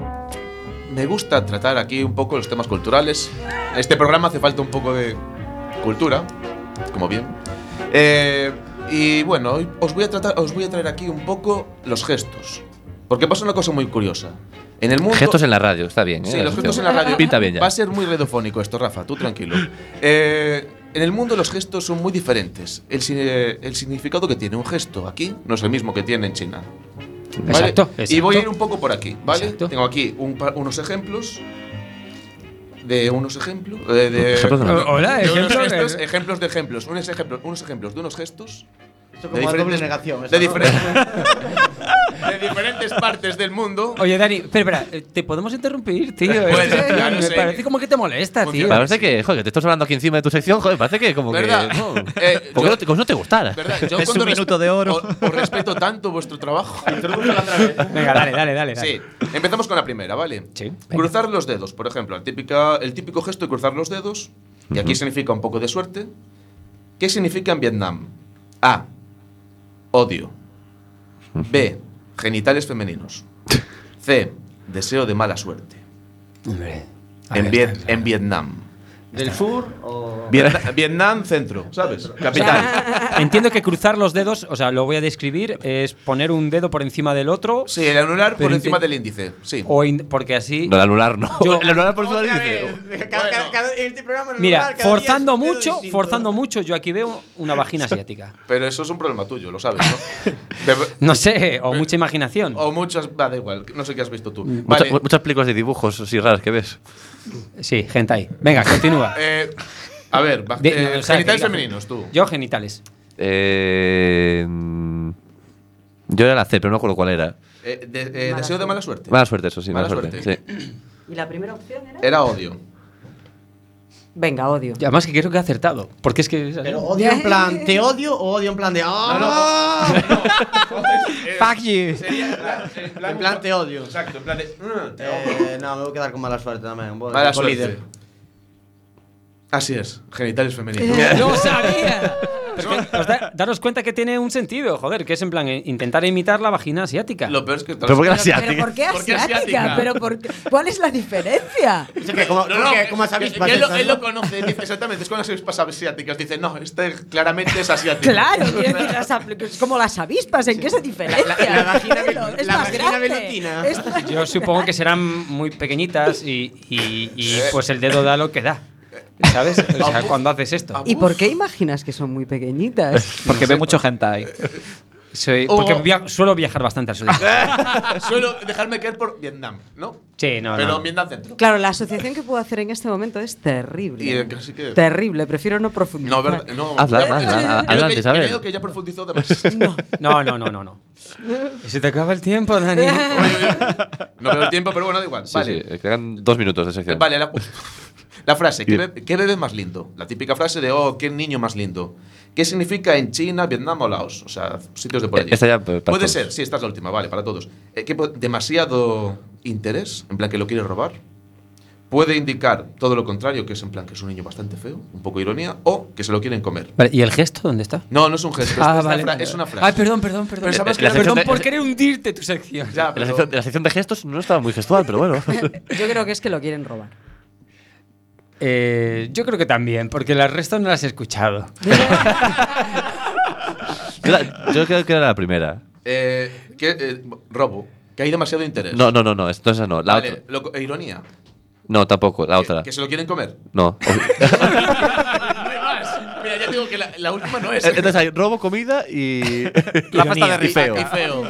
D: me gusta tratar aquí un poco los temas culturales. En este programa hace falta un poco de cultura, como bien. Eh, y bueno, hoy os voy, a tratar, os voy a traer aquí un poco los gestos. Porque pasa una cosa muy curiosa. En el mundo.
C: Gestos en la radio, está bien. ¿eh?
D: Sí, los gestos en la radio.
C: Pinta bien ya.
D: Va a ser muy redofónico esto, Rafa, tú tranquilo. Eh, en el mundo los gestos son muy diferentes. El, si- eh, el significado que tiene un gesto aquí no es el mismo que tiene en China. ¿vale?
F: Exacto,
D: Y voy a ir
F: exacto.
D: un poco por aquí, ¿vale?
F: Exacto.
D: Tengo aquí un pa- unos ejemplos. De unos ejemplos. eh, de,
C: Ejemplos de-
D: de
F: Hola, eh.
D: unos
F: ejemplos de-
D: gestos, ejemplos de ejemplos. Unos ejemplos, unos ejemplos de unos gestos
E: Esto
D: de
E: como la doble
D: diferentes-
E: negación. eso,
D: de,
E: ¿no? *laughs*
D: diferen- de diferentes partes del mundo.
F: Oye, Dani, espera, espera, eh, ¿te podemos interrumpir, tío?
D: Bueno,
F: Es que,
D: ya lo
F: me
D: sé.
F: parece como que te molesta, tío.
D: Funciona.
C: Parece que, joder, que te estás hablando aquí encima de tu sección, joder, parece que como
D: ¿Verdad?
C: que. no.
D: Eh,
C: como,
D: yo-
C: que no te, como si no te gustara.
D: ¿Verdad? Yo
H: Es
D: cuando
H: un
D: res-
H: minuto de oro.
D: Os, os respeto tanto vuestro trabajo.
F: Venga, dale, dale, dale. dale.
D: Sí, empezamos con la primera, ¿vale?
F: Sí, venga.
D: Cruzar los dedos, por ejemplo, el, típica- el típico gesto de cruzar los dedos, y aquí significa un poco de suerte. ¿Qué significa en Vietnam? A. Odio. B. Genitales
H: *laughs*
D: femeninos. C. Deseo de mala suerte.
F: Hombre. A
D: En,
F: ver,
D: Viet- en Vietnam.
E: ¿Del sur o.?
D: Vietnam. Vietnam centro, ¿sabes?
E: *laughs*
D: Capital.
F: Entiendo que cruzar los dedos, o sea, lo voy a describir, es poner un dedo por encima del otro
D: Sí, el anular por
F: Pero
D: encima
F: inte-
D: del índice. Sí.
F: o in- porque así.
C: No, el anular no.
F: Yo-
C: el anular por su
E: Otra
C: nariz.
E: vez. Cada- cada- cada- en este programa en el
F: Mira,
E: lugar, cada día es
F: forzando
E: un dedo
F: mucho,
E: distinto.
F: forzando mucho, yo aquí veo una vagina asiática.
D: Pero eso es un problema tuyo, lo sabes, ¿no? De-
F: No sé, o mucha imaginación.
D: O muchas, va, da igual, no sé qué has visto tú.
C: Mucha-
D: Vale,
C: mu- muchas películas de dibujos así raras que ves.
F: Sí, gente ahí. Venga, continúa.
D: eh, a ver, va-
F: De-
D: eh,
F: o sea,
D: genitales
F: que-
D: femeninos, tú.
F: Yo genitales.
C: Eh, mm, yo era la C, pero no me acuerdo cuál era.
D: Eh, de- eh,
G: Mala
D: deseo de mala suerte.
C: Mala suerte, eso sí, mala,
D: Mala
C: suerte.
D: suerte.
C: sí.
G: ¿Y la primera opción era?
D: Era odio.
G: Venga, odio.
F: Y además que creo que he acertado. Porque es que.
E: Pero odio en plan,
F: *laughs*
E: ¿te odio o odio en plan de. ¡Ah!
H: Fuck you.
E: En plan, te odio.
I: Exacto, en plan de. "Mm, te odio".
E: Eh, no, me voy a quedar con mala suerte también. Voy-
D: Mala
E: con
D: suerte.
E: líder.
D: Así es, genitales
G: Eh.
D: femeninos.
F: *laughs* ¡No sabía! Es que, os da- daros cuenta que tiene un sentido, joder, que es en plan eh, intentar imitar la vagina asiática.
D: Lo peor es que.
C: Pero ¿por qué la
G: Pero,
C: asiática?
G: ¿por qué
D: ¿Por qué
G: asiática?
D: asiática?
G: ¿Pero por qué? ¿Cuál es la diferencia?
E: Es que como,
D: No, no,
E: porque
D: que-
E: como
D: que-
E: sabéis,
D: que
E: vale,
D: él, lo,
E: ¿sabes?
D: él lo conoce, dice exactamente, es con las avispas asiáticas. Dice, no, este claramente es asiático.
G: Claro, quiero
D: *laughs*
G: decir, las apl- es como las avispas, ¿en qué se diferencia?
E: La- la- la vagina ve-
G: Bueno, es
E: la
G: más
E: vagina
G: grande.
E: velutina.
G: Es más-
F: Yo supongo que serán muy pequeñitas y, y- y, pues el dedo da lo que da. ¿Sabes? O sea, cuando haces esto.
G: ¿Y por qué imaginas que son muy pequeñitas?
H: Porque ve mucho gente ahí.
F: Soy- porque via- suelo viajar bastante al sur.
D: Suelo dejarme caer por Vietnam, ¿no?
F: Sí, no,
D: Pero
F: no.
D: Vietnam centro.
G: Claro, la asociación que puedo hacer en este momento es terrible.
D: Y, eh, casi que-
G: Terrible, prefiero no profundizar.
D: No, verdad, no. Eh,
C: Hazla, hazla, hazla,
D: Creo que-
C: adelante, Isabel.
D: Creo que ya profundizó demasiado.
C: *laughs*
G: No.
F: No, no, no, no, no. Se te acaba el tiempo, Dani.
D: No veo el tiempo, pero bueno, da igual.
C: Sí,
D: vale.
C: sí, eh, quedan dos minutos de sección.
D: Vale, la, la frase, ¿qué,
C: Bien.
D: be- qué bebé más lindo? La típica frase de, oh, qué niño más lindo. ¿Qué significa en China, Vietnam o Laos? O sea, sitios de por
C: Eh,
D: allí.
C: esta ya, eh, para
D: Puede
C: todos.
D: ser, sí, esta es la última, vale, para todos. Eh, ¿qué po- ¿Demasiado interés? ¿En plan que lo quiere robar? Puede indicar todo lo contrario, que es en plan que es un niño bastante feo, un poco ironía, o que se lo quieren comer.
F: *laughs* Vale, ¿Y el gesto dónde está? Eh,
D: No, no es un gesto,
F: Ah,
D: es, una
F: vale.
D: fra- es una frase.
F: Ay, perdón, perdón, perdón.
D: Pero sabes
C: que la sección
F: perdón
C: de-
F: por querer hundirte tu sección.
D: Ya,
C: La
D: pero-
C: sección, la sección de gestos no estaba muy gestual, pero bueno.
G: *laughs* Yo creo que es que lo quieren robar.
F: Eh, yo creo que también, porque las restas no las he escuchado.
C: Yo la- Yo creo que era la primera.
D: Eh, que, eh, robo, que hay demasiado interés.
C: No, no, no, no, es- no esa no. La
D: Vale,
C: otra.
D: lo- eh, ironía,
C: No, tampoco, la
D: que-
C: otra.
D: que se lo quieren comer.
C: No.
D: Mira, ya digo que la, la última no es.
C: Entonces hay robo, comida y.
H: La pasta de
C: y feo.
D: Y *laughs* feo.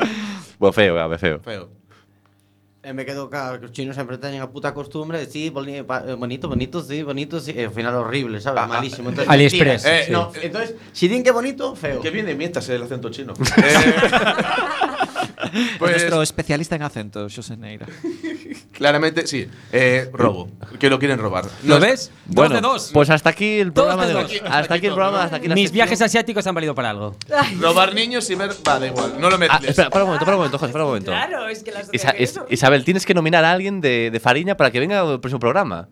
C: Bueno, feo, a ver, feo.
D: Feo.
E: Eh, me quedo claro, que los chinos siempre tienen la puta costumbre de sí, boni- pa- eh, bonito, bonito, sí, bonito, sí. Eh, al final horrible, ¿sabes?
D: Ah,
F: *laughs*
E: Malísimo. Entonces,
F: AliExpress,
E: mentiras.
D: sí.
E: No,
C: Eh,
E: entonces, si dicen que bonito,
D: eh,
E: feo.
I: Que viene mientras el acento chino.
H: Pues
D: Pues
H: nuestro especialista en acentos, José Neira.
D: claramente, sí. Eh, robo. Que lo quieren robar.
F: ¿Lo
D: No,
F: ves?
C: Bueno,
F: dos de dos.
C: pues hasta aquí el programa
F: de
C: de
F: dos.
C: hoy. Hasta aquí el programa, hasta aquí la
F: Mis
C: sección.
F: viajes asiáticos han valido para algo.
D: Robar niños y ver. Va, da igual. No lo
C: Ah,
D: mezcles.
C: espera, para un momento, para un momento, Jorge, para un momento.
G: Claro, es que la
C: Isa-
G: asociación
C: Is-
G: es-
C: Isabel, tienes que nominar a alguien de, de Fariña para que venga al próximo programa.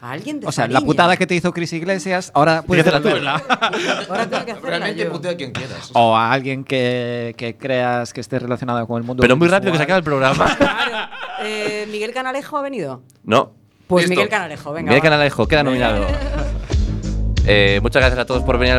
G: A alguien de
H: O sea, la
G: Fariña.
H: putada que te hizo Chris Iglesias, ahora puedes
C: Fíjate la
H: hacerla.
G: Ahora tengo que hacerla
D: Realmente
G: yo.
D: putea a quien quieras.
H: O a alguien que, que creas que esté relacionado con el mundo.
C: Pero muy rápido que se acabe
H: audiovisual.
C: el programa.
G: *laughs* Claro. Eh, Miguel Canalejo ha venido.
C: No.
G: Pues
D: Listo.
G: Miguel Canalejo, venga.
C: Miguel
G: va.
C: Canalejo, queda nominado. Eh, muchas gracias a todos por venir al